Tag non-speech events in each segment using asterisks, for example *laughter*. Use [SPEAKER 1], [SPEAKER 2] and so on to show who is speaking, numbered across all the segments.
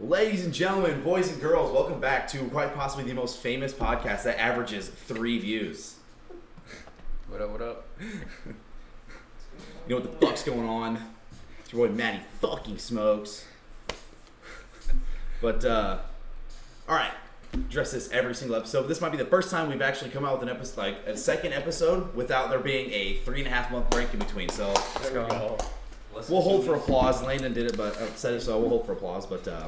[SPEAKER 1] Ladies and gentlemen, boys and girls, welcome back to quite possibly the most famous podcast that averages three views.
[SPEAKER 2] What up, what up?
[SPEAKER 1] You know what the fuck's going on? It's your boy Matty fucking smokes. But uh alright. Address this every single episode. This might be the first time we've actually come out with an episode like a second episode without there being a three and a half month break in between. So
[SPEAKER 2] Let's go.
[SPEAKER 1] we'll hold for applause. Landon did it but uh, said it so we'll hold for applause, but uh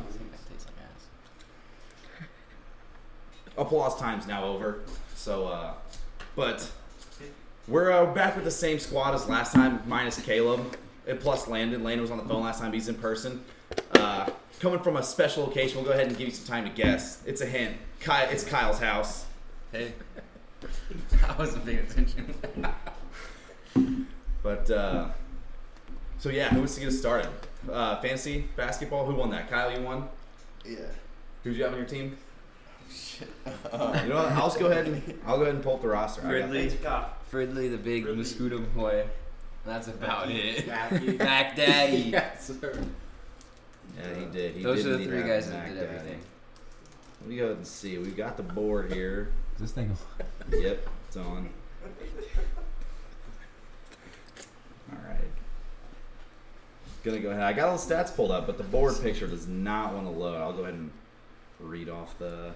[SPEAKER 1] applause time's now over. So, uh, but we're uh, back with the same squad as last time, minus Caleb and plus Landon. Landon was on the phone last time; he's in person. Uh, coming from a special location, we'll go ahead and give you some time to guess. It's a hint. Kyle, it's Kyle's house.
[SPEAKER 2] Hey. *laughs* I wasn't paying attention.
[SPEAKER 1] But uh, so yeah, who wants to get us started? Uh, fantasy basketball. Who won that? Kyle, you won.
[SPEAKER 3] Yeah.
[SPEAKER 1] Who do you have on your team?
[SPEAKER 3] *laughs* Shit.
[SPEAKER 1] You know what? I'll just go ahead and I'll go ahead and pull up the roster. I got-
[SPEAKER 2] Ridley,
[SPEAKER 3] God.
[SPEAKER 2] Fridley the big
[SPEAKER 3] Ridley.
[SPEAKER 2] Muscuda boy. That's about it. *laughs*
[SPEAKER 3] Mackey.
[SPEAKER 2] Mac Daddy.
[SPEAKER 4] *laughs*
[SPEAKER 2] yes, sir.
[SPEAKER 1] Yeah, he did. He
[SPEAKER 2] Those
[SPEAKER 1] did
[SPEAKER 2] are the
[SPEAKER 1] indeed
[SPEAKER 2] three
[SPEAKER 1] have
[SPEAKER 2] guys
[SPEAKER 1] an
[SPEAKER 2] that did
[SPEAKER 1] act, uh,
[SPEAKER 2] everything.
[SPEAKER 1] Let me go ahead and see. We've got the board here.
[SPEAKER 5] Is this thing
[SPEAKER 1] Yep, it's on. Alright. Gonna go ahead. I got all the stats pulled up, but the board picture does not want to load. I'll go ahead and read off the.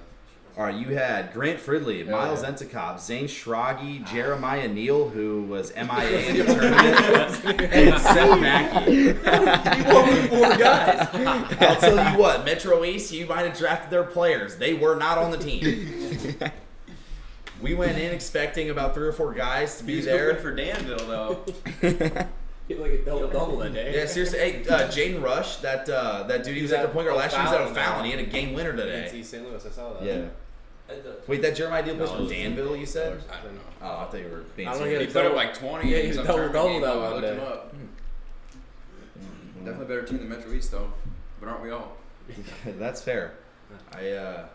[SPEAKER 1] Alright, you had Grant Fridley,
[SPEAKER 2] Oh, Yeah.
[SPEAKER 1] Miles Entekop, Zane Schragi, Jeremiah Neal, who was MIA
[SPEAKER 2] *laughs*
[SPEAKER 1] in the tournament, and Seth Mackey. you won with four guys. I'll tell you what, Metro East, you might have drafted their players. They were not on the team. We went in expecting about three or four guys to be there.
[SPEAKER 2] for Danville, though.
[SPEAKER 3] like a double double that day.
[SPEAKER 1] yeah, seriously. Hey, uh, Jaden Rush, that uh, that dude, he was at the point guard last year. He was at a foul. and He had a game winner today.
[SPEAKER 4] St. Louis. I saw that.
[SPEAKER 1] Yeah. Wait, that Jeremiah Deal was from Danville. You said?
[SPEAKER 2] I don't know.
[SPEAKER 1] Oh, I thought you were being.
[SPEAKER 4] I don't
[SPEAKER 1] serious.
[SPEAKER 4] get
[SPEAKER 2] He
[SPEAKER 4] it.
[SPEAKER 2] put up like 20
[SPEAKER 4] Yeah,
[SPEAKER 2] in
[SPEAKER 4] he's
[SPEAKER 2] some
[SPEAKER 4] a double-
[SPEAKER 2] tournament
[SPEAKER 4] double
[SPEAKER 2] game,
[SPEAKER 4] that
[SPEAKER 2] though. I looked
[SPEAKER 4] one Mm-hmm. day.
[SPEAKER 2] him up.
[SPEAKER 1] Mm.
[SPEAKER 2] Definitely better team than Metro East, though. But aren't we all?
[SPEAKER 1] *laughs* That's fair. I uh,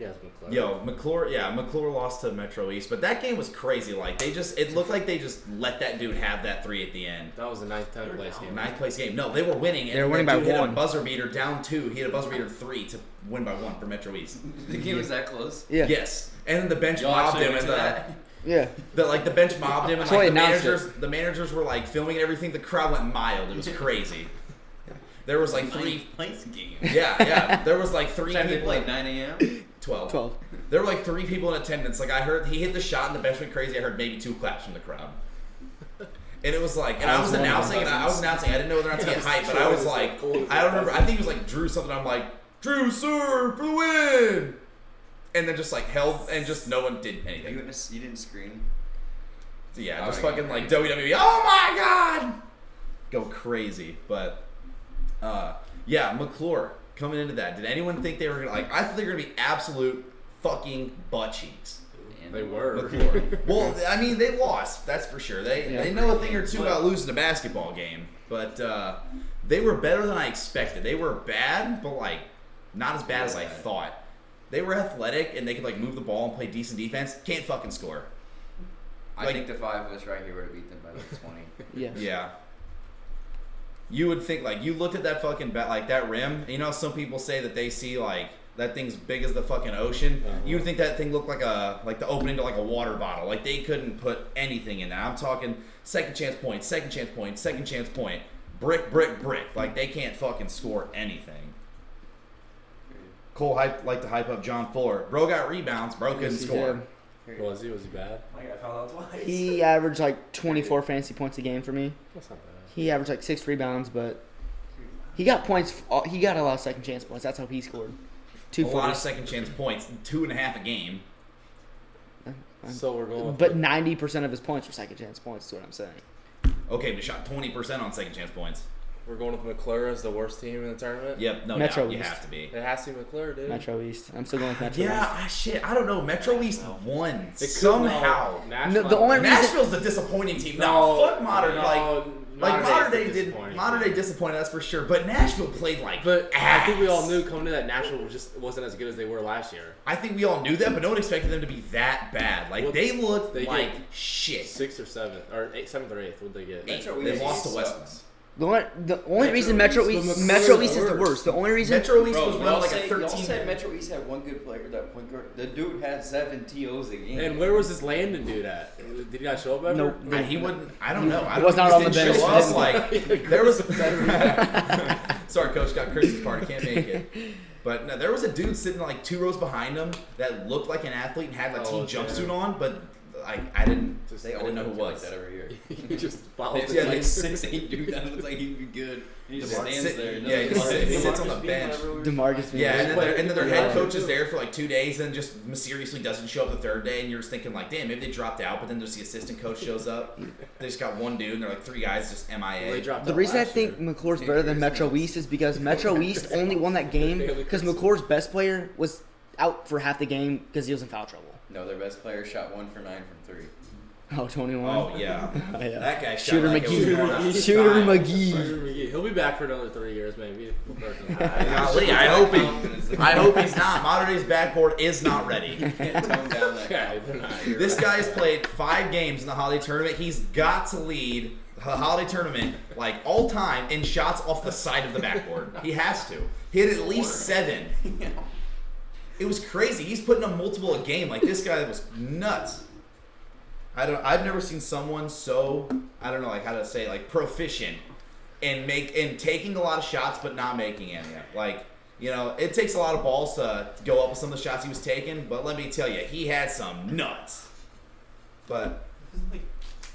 [SPEAKER 4] Yeah, it's been close.
[SPEAKER 1] yo McClure. Yeah, McClure lost to Metro East, but that game was crazy. Like they just, it looked like they just let that dude have that three at the end.
[SPEAKER 4] That was the ninth time of last game.
[SPEAKER 1] Ninth place game. No, they were winning. And
[SPEAKER 5] They were winning
[SPEAKER 1] that
[SPEAKER 5] by
[SPEAKER 1] dude hit a
[SPEAKER 5] one.
[SPEAKER 1] buzzer beater down two. He had a buzzer beater three to win by one for Metro East.
[SPEAKER 2] *laughs* The game was that close.
[SPEAKER 5] Yeah.
[SPEAKER 1] Yes, and then the bench
[SPEAKER 2] Y'all
[SPEAKER 1] mobbed
[SPEAKER 2] actually
[SPEAKER 1] him,
[SPEAKER 2] went
[SPEAKER 1] and
[SPEAKER 2] to
[SPEAKER 1] the,
[SPEAKER 2] that.
[SPEAKER 5] Yeah.
[SPEAKER 1] the like the bench mobbed him, and
[SPEAKER 5] Troy
[SPEAKER 1] like, the
[SPEAKER 5] announced
[SPEAKER 1] managers the managers were like filming and everything. The crowd went mild.
[SPEAKER 2] *laughs*
[SPEAKER 1] It was crazy. There was like three.
[SPEAKER 2] place game. *laughs*
[SPEAKER 1] Yeah, yeah. There was like three
[SPEAKER 2] Time they
[SPEAKER 1] people.
[SPEAKER 2] played 9 a.m.
[SPEAKER 1] 12.
[SPEAKER 5] 12.
[SPEAKER 1] There were like three people in attendance. Like I heard he hit the shot and the bench went crazy. I heard maybe two claps from the crowd. And it was like, and I was
[SPEAKER 2] one of the
[SPEAKER 1] announcing, and I I was announcing. I didn't know whether or not to get hyped, but I was like, I don't remember. I think it was like Drew something. I'm like, Drew Sewer for the win, and then just like held, and just no one did
[SPEAKER 2] You
[SPEAKER 1] anything.
[SPEAKER 2] didn't s- you didn't scream.
[SPEAKER 1] So, yeah,
[SPEAKER 2] I
[SPEAKER 1] just
[SPEAKER 2] would've
[SPEAKER 1] fucking
[SPEAKER 2] gotten
[SPEAKER 1] like WWE. Oh my god, go crazy. But uh, yeah, McClure coming into that. Did anyone think they were gonna like? I thought they were gonna be absolute fucking butt cheeks.
[SPEAKER 2] And
[SPEAKER 4] They *laughs* were.
[SPEAKER 1] McClure. well, I mean, they lost. That's for sure. They
[SPEAKER 5] Yeah.
[SPEAKER 1] they know a thing or two about losing a basketball game, but uh, they were better than I expected. They were bad, but like not as bad as I thought. They were athletic and they could like move the ball and play decent defense. Can't fucking score.
[SPEAKER 2] I
[SPEAKER 1] Like-
[SPEAKER 2] think the five of us right here would have beat them by like 20.
[SPEAKER 5] Yeah.
[SPEAKER 1] Yeah. You would think like you looked at that fucking bat like that rim. You know, some people say that they see like that thing's big as the fucking ocean.
[SPEAKER 5] Uh-huh.
[SPEAKER 1] You would think that thing looked like a like the opening to like a water bottle. Like they couldn't put anything in there. I'm talking second chance point, second chance point, second chance point, brick, brick, brick. Like they can't fucking score anything. Cole hype like to hype up John Fuller. Bro got rebounds, bro couldn't
[SPEAKER 5] Yes, he
[SPEAKER 1] score.
[SPEAKER 5] did.
[SPEAKER 4] Was he? Was he bad?
[SPEAKER 5] um, He averaged like 24 fantasy points a game for me.
[SPEAKER 4] That's not bad.
[SPEAKER 5] He averaged like six rebounds, but he got points. uh, He got a lot of second chance points. That's how he scored. Two
[SPEAKER 1] a lot of
[SPEAKER 5] fours,
[SPEAKER 1] second chance points, two and a half a game.
[SPEAKER 4] So we're going. With
[SPEAKER 5] but 90% of his points were second chance points. Is what I'm saying.
[SPEAKER 1] Okay, but he shot twenty percent on second chance points.
[SPEAKER 4] we're going with McClure as the worst team in the tournament.
[SPEAKER 1] Yep, no
[SPEAKER 5] Metro
[SPEAKER 1] doubt. You
[SPEAKER 5] East.
[SPEAKER 1] have to be.
[SPEAKER 4] It has to be McClure, dude.
[SPEAKER 5] Metro East. I'm still going with Metro
[SPEAKER 1] Yeah, I, shit. I don't know. Metro East won
[SPEAKER 4] It could-
[SPEAKER 1] somehow.
[SPEAKER 4] no, Nashville-
[SPEAKER 5] No, the only-
[SPEAKER 1] Nashville's the disappointing team. No, fuck modern.
[SPEAKER 4] no,
[SPEAKER 1] like, like
[SPEAKER 4] day's
[SPEAKER 1] modern
[SPEAKER 4] the
[SPEAKER 1] day did
[SPEAKER 4] disappointing
[SPEAKER 1] modern
[SPEAKER 4] team.
[SPEAKER 1] day disappointed. That's for sure. But Nashville played like.
[SPEAKER 4] But
[SPEAKER 1] ass.
[SPEAKER 4] I think we all knew coming to that Nashville was just wasn't as good as they were last year.
[SPEAKER 1] I think we all knew that, but no one expected them to be that bad. Like
[SPEAKER 4] Well,
[SPEAKER 1] they looked
[SPEAKER 4] they
[SPEAKER 1] like
[SPEAKER 4] did.
[SPEAKER 1] shit.
[SPEAKER 4] Sixth or seventh, or eight, seventh or eighth, would they get?
[SPEAKER 1] Eight.
[SPEAKER 2] Metro
[SPEAKER 1] They
[SPEAKER 2] East
[SPEAKER 1] lost to
[SPEAKER 2] sucks.
[SPEAKER 1] Westmans.
[SPEAKER 5] The only, the only
[SPEAKER 3] Metro
[SPEAKER 5] reason Metro
[SPEAKER 3] East
[SPEAKER 5] East,
[SPEAKER 3] was
[SPEAKER 5] Metro
[SPEAKER 3] the
[SPEAKER 5] East is the
[SPEAKER 3] worst.
[SPEAKER 5] worst. The only reason
[SPEAKER 1] Metro East
[SPEAKER 3] Bro,
[SPEAKER 1] was
[SPEAKER 3] y'all
[SPEAKER 1] running like
[SPEAKER 3] said-
[SPEAKER 1] a
[SPEAKER 3] Y'all
[SPEAKER 1] 13.
[SPEAKER 3] said Metro East had one good player, that point guard. The dude had seven TOs a game.
[SPEAKER 4] And where was this Landon dude at? Did he not show up ever?
[SPEAKER 5] Nope.
[SPEAKER 1] Man, he wouldn't. I don't know. I
[SPEAKER 5] was
[SPEAKER 1] don't
[SPEAKER 5] not on
[SPEAKER 1] think
[SPEAKER 5] the
[SPEAKER 1] he just
[SPEAKER 5] bench.
[SPEAKER 1] didn't show up. Like *laughs* there was. Sorry, coach. Got Chris's part. Can't make it. But no, there was a dude sitting like two rows behind him that looked like an athlete and had a
[SPEAKER 4] Oh,
[SPEAKER 1] team
[SPEAKER 4] yeah.
[SPEAKER 1] jumpsuit on, but I, I didn't.
[SPEAKER 4] Just-
[SPEAKER 1] I
[SPEAKER 3] They all
[SPEAKER 1] didn't know who it was.
[SPEAKER 3] that every year.
[SPEAKER 4] *laughs*
[SPEAKER 3] *laughs*
[SPEAKER 4] he just followed
[SPEAKER 3] It's
[SPEAKER 4] the
[SPEAKER 1] Yeah,
[SPEAKER 3] like
[SPEAKER 1] they-
[SPEAKER 3] six eight dude *laughs* that looks like he'd be good. And he just
[SPEAKER 1] DeMar-
[SPEAKER 3] stands
[SPEAKER 1] sit-
[SPEAKER 3] there. and
[SPEAKER 1] yeah, he
[SPEAKER 3] doesn't
[SPEAKER 1] sits-
[SPEAKER 3] play.
[SPEAKER 1] he sits on the bench.
[SPEAKER 5] Demarcus.
[SPEAKER 1] Yeah, and then,
[SPEAKER 4] Wait,
[SPEAKER 1] their, and then their
[SPEAKER 4] yeah.
[SPEAKER 1] head coach is there for like two days and just mysteriously doesn't show up the third day, and you're just thinking like, damn, maybe they dropped out, but then just the assistant coach shows up. They just got one dude, and they're like three guys just MIA.
[SPEAKER 4] They dropped
[SPEAKER 5] The
[SPEAKER 4] out
[SPEAKER 5] reason I
[SPEAKER 4] last
[SPEAKER 5] think
[SPEAKER 4] year.
[SPEAKER 5] McClure's better than Metro East is
[SPEAKER 1] *laughs*
[SPEAKER 5] because Metro East only won that game because McClure's best player was out for half the game because he was in foul trouble. *laughs*
[SPEAKER 3] No, their best player shot one for nine from three. *laughs*
[SPEAKER 5] Oh, 21.
[SPEAKER 1] Oh yeah,
[SPEAKER 5] *laughs* yeah.
[SPEAKER 1] that guy shot
[SPEAKER 5] Shooter
[SPEAKER 1] like it was
[SPEAKER 5] McGee.
[SPEAKER 1] going out of
[SPEAKER 5] Shooter
[SPEAKER 1] style.
[SPEAKER 5] McGee.
[SPEAKER 4] Sorry, McGee. He'll be back for another three years, maybe. *laughs*
[SPEAKER 1] Golly, I hope he. I hope he's not. Modern day's backboard is not ready.
[SPEAKER 3] Can't tone down *laughs* that. guy.
[SPEAKER 4] Okay, they're not. You're
[SPEAKER 1] This
[SPEAKER 4] right.
[SPEAKER 1] guy has played five games in the holiday tournament. He's got to lead the holiday tournament like all time in shots off the side of the backboard. He has to. He had at least seven. It was crazy. He's putting up multiple a game. Like this guy was nuts. I don't. I've never seen someone so I don't know like how to say like proficient and make and taking a lot of shots but not making any. Like you know, it takes a lot of balls to go up with some of the shots he was taking. But let me tell you, he had some nuts. But
[SPEAKER 6] Wasn't like,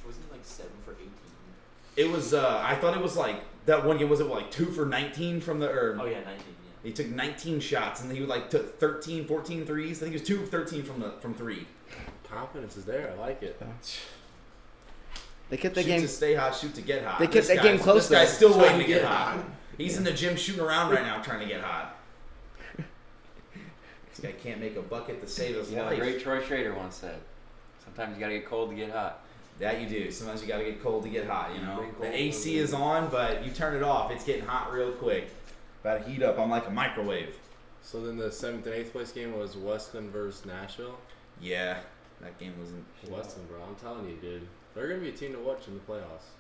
[SPEAKER 6] wasn't like seven for eighteen.
[SPEAKER 1] it was. Uh, I thought it was like that one game. Was it like two for nineteen from the or?
[SPEAKER 6] Oh yeah, nineteen. Yeah.
[SPEAKER 1] He took 19 shots and he like took 13, 14 threes. I think he was two of 13 from the from three.
[SPEAKER 4] confidence is there. I like it.
[SPEAKER 5] They kept that
[SPEAKER 1] Shoot
[SPEAKER 5] game.
[SPEAKER 1] to stay hot, shoot to get hot.
[SPEAKER 5] They kept
[SPEAKER 1] This
[SPEAKER 5] that game
[SPEAKER 1] guy's-
[SPEAKER 5] close,
[SPEAKER 1] This guy's
[SPEAKER 5] though.
[SPEAKER 1] still waiting
[SPEAKER 4] Trying
[SPEAKER 1] to
[SPEAKER 4] to
[SPEAKER 1] get
[SPEAKER 4] get
[SPEAKER 1] hot. He's in the gym shooting around right now trying to get hot. This guy can't make a bucket to save his
[SPEAKER 6] You know,
[SPEAKER 1] life.
[SPEAKER 6] great Troy Schrader once said, "Sometimes you gotta get cold to get hot."
[SPEAKER 1] That you do. Sometimes you got to get cold to get hot. You know,
[SPEAKER 6] Bring cold
[SPEAKER 1] the AC
[SPEAKER 6] over.
[SPEAKER 1] is on, but you turn it off. It's getting hot real quick. About to heat up. I'm like a microwave.
[SPEAKER 4] So then the seventh and eighth place game was Weston versus Nashville.
[SPEAKER 1] Yeah, that game wasn't.
[SPEAKER 4] Weston, bro, I'm telling you, dude, they're gonna be a team to watch in the playoffs.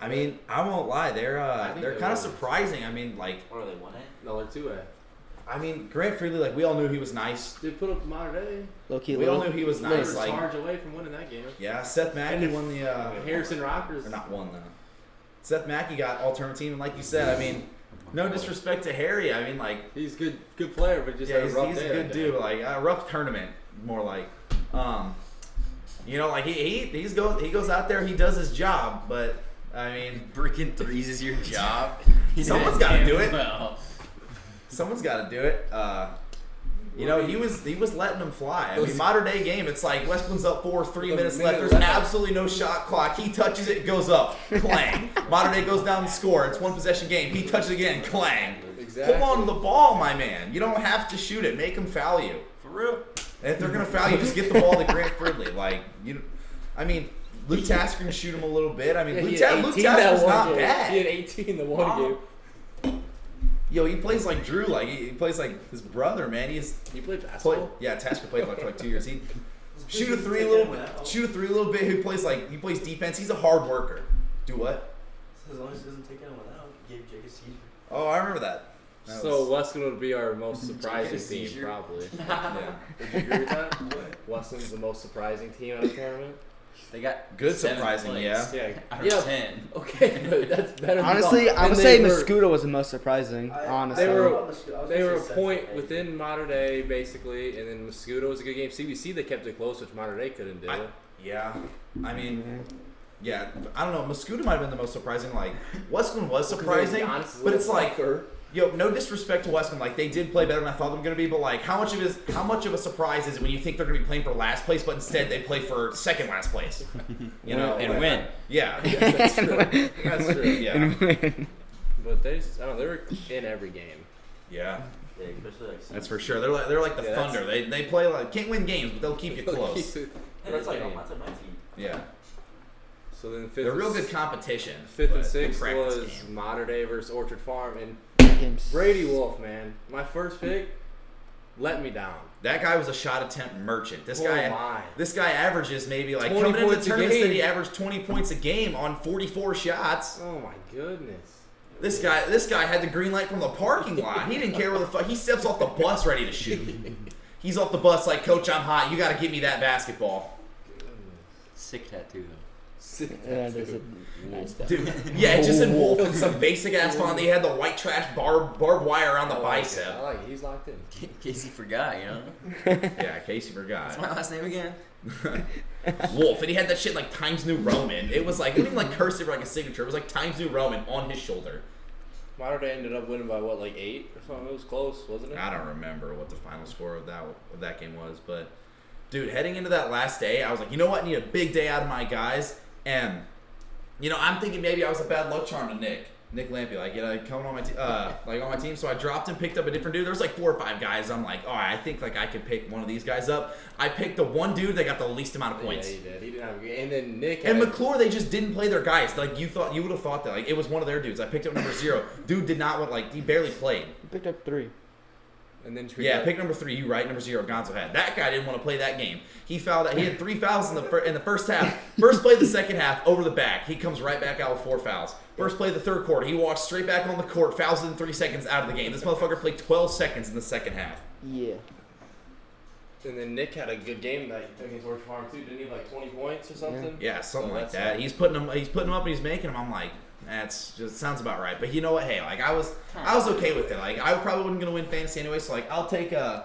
[SPEAKER 1] I mean, I won't lie. They're
[SPEAKER 4] I
[SPEAKER 1] uh,
[SPEAKER 4] think
[SPEAKER 1] they're
[SPEAKER 4] they
[SPEAKER 1] kind of
[SPEAKER 4] will.
[SPEAKER 1] surprising. I mean, like
[SPEAKER 6] What are they one at?
[SPEAKER 4] No, they're two A.
[SPEAKER 1] I mean, Grant Freely, like we all knew he was nice.
[SPEAKER 4] They put up Monterey.
[SPEAKER 5] Low key,
[SPEAKER 1] We all
[SPEAKER 5] little.
[SPEAKER 1] knew he was
[SPEAKER 4] They were
[SPEAKER 1] nice. Like,
[SPEAKER 4] charge away from winning that game.
[SPEAKER 1] yeah, Seth Mackey won the uh,
[SPEAKER 4] Harrison Rockers.
[SPEAKER 1] or not won though. Seth Mackey got alternate team, and like you said, I mean, no disrespect to Harry. I mean, like,
[SPEAKER 4] He's good, good player, but just
[SPEAKER 1] yeah,
[SPEAKER 4] had
[SPEAKER 1] he's,
[SPEAKER 4] a rough
[SPEAKER 1] he's
[SPEAKER 4] day
[SPEAKER 1] a good
[SPEAKER 4] that day.
[SPEAKER 1] dude. Like a rough tournament, more like, um, you know, like he, he he's go he goes out there, he does his job, but I mean,
[SPEAKER 3] Breaking threes is your job.
[SPEAKER 1] *laughs* someone's got to do it.
[SPEAKER 3] Well,
[SPEAKER 1] Someone's got to do it. Uh, you know, he was he was letting them fly. I mean,
[SPEAKER 4] Those-
[SPEAKER 1] modern day game, it's like Westland's up four, three
[SPEAKER 3] The
[SPEAKER 1] minutes
[SPEAKER 3] minute
[SPEAKER 1] left. There's
[SPEAKER 3] left.
[SPEAKER 1] absolutely no shot clock. He touches it, goes up, clang. modern day goes down and score. It's one possession game. He touches it again, clang.
[SPEAKER 4] Exactly.
[SPEAKER 1] Hold on to the ball, my man. You don't have to shoot it. Make them foul you.
[SPEAKER 6] For real?
[SPEAKER 1] And if they're gonna foul you, just get the ball to Grant Fridley. Like you, I mean, Luke Tasker can shoot him a little bit. I mean, Luke, Ta- Luke Tasker's not bad.
[SPEAKER 2] He had 18 the one
[SPEAKER 6] Wow.
[SPEAKER 2] game.
[SPEAKER 1] Yo, he plays like Drew. Like he, he plays like his brother, man. He's
[SPEAKER 4] You played
[SPEAKER 1] Play,
[SPEAKER 4] basketball.
[SPEAKER 1] yeah, Tasker played like for like two years. He shoot a three a little, shoot a three a little bit. He plays like he plays defense. He's a hard worker. Do what?
[SPEAKER 6] As long as it doesn't take anyone out, you gave Jake a seizure.
[SPEAKER 1] Oh, I remember that. That
[SPEAKER 4] So
[SPEAKER 1] was-
[SPEAKER 4] Weston would be
[SPEAKER 1] *laughs*
[SPEAKER 4] our most surprising team,
[SPEAKER 3] seizure.
[SPEAKER 4] probably.
[SPEAKER 1] yeah.
[SPEAKER 4] Would you agree with that? Weston's the most surprising team out of the tournament.
[SPEAKER 3] they got
[SPEAKER 1] good
[SPEAKER 3] seven
[SPEAKER 1] surprising,
[SPEAKER 3] plays
[SPEAKER 1] yeah.
[SPEAKER 4] Yeah.
[SPEAKER 3] Out
[SPEAKER 4] Yeah.
[SPEAKER 3] of ten.
[SPEAKER 4] *laughs* Okay, but that's better. than
[SPEAKER 5] Honestly,
[SPEAKER 4] thought.
[SPEAKER 5] I would
[SPEAKER 4] And
[SPEAKER 5] say
[SPEAKER 4] they were-
[SPEAKER 5] Mosquito was the most surprising. Honestly,
[SPEAKER 4] They were they were a point within Modern Day basically, and then Mosquito was a good game. CBC they kept it close, which Modern Day couldn't do.
[SPEAKER 1] I- Yeah, I mean, yeah, I don't know. Mosquito might have been the most surprising. Like Weston was surprising, but it's like,
[SPEAKER 4] *laughs*
[SPEAKER 1] yo, no disrespect to Weston. Like they did play better than I thought they were gonna be, but like, how much of is how much of a surprise is it when you think they're gonna be playing for last place, but instead they play for second last place? You know,
[SPEAKER 3] and
[SPEAKER 1] like,
[SPEAKER 3] win.
[SPEAKER 1] Yeah,
[SPEAKER 4] that's true. That's true.
[SPEAKER 1] yeah,
[SPEAKER 4] But they, just, I don't know, they were in
[SPEAKER 1] *laughs*
[SPEAKER 4] every game.
[SPEAKER 1] yeah.
[SPEAKER 6] Yeah, especially like.
[SPEAKER 1] That's for sure. They're like they're like the
[SPEAKER 4] Yeah, that's-
[SPEAKER 1] Thunder. They, they play like can't win games, but they'll keep
[SPEAKER 4] *laughs*
[SPEAKER 1] you close.
[SPEAKER 6] Hey, that's like oh, that's like my team.
[SPEAKER 1] yeah,
[SPEAKER 4] So then 5th
[SPEAKER 1] they're
[SPEAKER 4] and
[SPEAKER 1] real
[SPEAKER 4] s-
[SPEAKER 1] good competition.
[SPEAKER 4] Fifth
[SPEAKER 1] but
[SPEAKER 4] and
[SPEAKER 1] good
[SPEAKER 4] sixth
[SPEAKER 1] practice
[SPEAKER 4] was
[SPEAKER 1] game.
[SPEAKER 4] Modern Day versus Orchard Farm, and
[SPEAKER 5] Games.
[SPEAKER 4] Brady Wolf, man, my first pick. let me down.
[SPEAKER 1] That guy was a shot attempt merchant. This
[SPEAKER 4] Oh
[SPEAKER 1] guy,
[SPEAKER 4] my.
[SPEAKER 1] this guy averages maybe like
[SPEAKER 4] 20
[SPEAKER 1] coming into the
[SPEAKER 4] points a
[SPEAKER 1] tournament, said he
[SPEAKER 4] game.
[SPEAKER 1] averaged twenty points a game on forty-four shots.
[SPEAKER 4] Oh my goodness.
[SPEAKER 1] This guy, this guy had the green light from the parking lot. He didn't care where the fuck. He steps off the bus ready to
[SPEAKER 4] *laughs*
[SPEAKER 1] shoot. He's off the bus like, Coach, I'm hot. You got to give me that basketball,
[SPEAKER 6] Sick tattoo
[SPEAKER 3] *laughs*
[SPEAKER 6] though.
[SPEAKER 5] Yeah, there's a nice stuff.
[SPEAKER 1] dude. Yeah, it just said Wolf and some basic ass font. He had the white trash barb barbed wire on the
[SPEAKER 4] I like it.
[SPEAKER 1] bicep.
[SPEAKER 4] Oh, I like it. He's locked in.
[SPEAKER 6] In case you forgot, you know.
[SPEAKER 1] Yeah, Casey forgot.
[SPEAKER 6] My last name again.
[SPEAKER 1] Wolf, and he had that shit like Times New Roman. It was like it wasn't even like cursive or like a signature. It was like Times New Roman on his shoulder.
[SPEAKER 4] Modern Day ended up winning by what, like eight or something? It was close, wasn't it?
[SPEAKER 1] I don't remember what the final score of that of that game was, but dude, heading into that last day, I was like, you know what, I need a big day out of my guys, and you know, I'm thinking maybe I was a bad luck charm to Nick, Nick Lampy, like you know, coming on my te- uh, like on my team. So I dropped and picked up a different dude. There's like four or five guys. I'm like, all right, I think like I could pick one of these guys up. I picked the one dude that got the least amount of
[SPEAKER 4] Yeah,
[SPEAKER 1] points.
[SPEAKER 4] he did. He didn't have a good. And then Nick.
[SPEAKER 1] And
[SPEAKER 4] had-
[SPEAKER 1] McClure, they just didn't play their guys. Like you thought, you would have thought that. Like it was one of their dudes. I picked up number zero. Dude did not want. Like he barely played.
[SPEAKER 5] You picked up three.
[SPEAKER 4] and then Tweet-
[SPEAKER 1] Yeah, pick number three. You right, number zero. Gonzo had that guy didn't want to play that game. He fouled out. He had three fouls in the fir- in the first half. First play of the second half over the back. He comes right back out with four fouls. First play of the third quarter. He walks straight back on the court. Fouls in three seconds out of the game. This motherfucker played 12 seconds in the second half.
[SPEAKER 5] Yeah.
[SPEAKER 4] And then Nick had a good game that he took against Orange Farm too. Didn't he have like 20 points or something?
[SPEAKER 1] Yeah, something
[SPEAKER 4] So
[SPEAKER 1] like
[SPEAKER 4] that's
[SPEAKER 1] that. He's putting them. He's putting them up and he's making them. I'm like, that's just sounds about right. But you know what? Hey, like I was, I was okay with it. Like I probably wasn't gonna win fantasy anyway. So like I'll take uh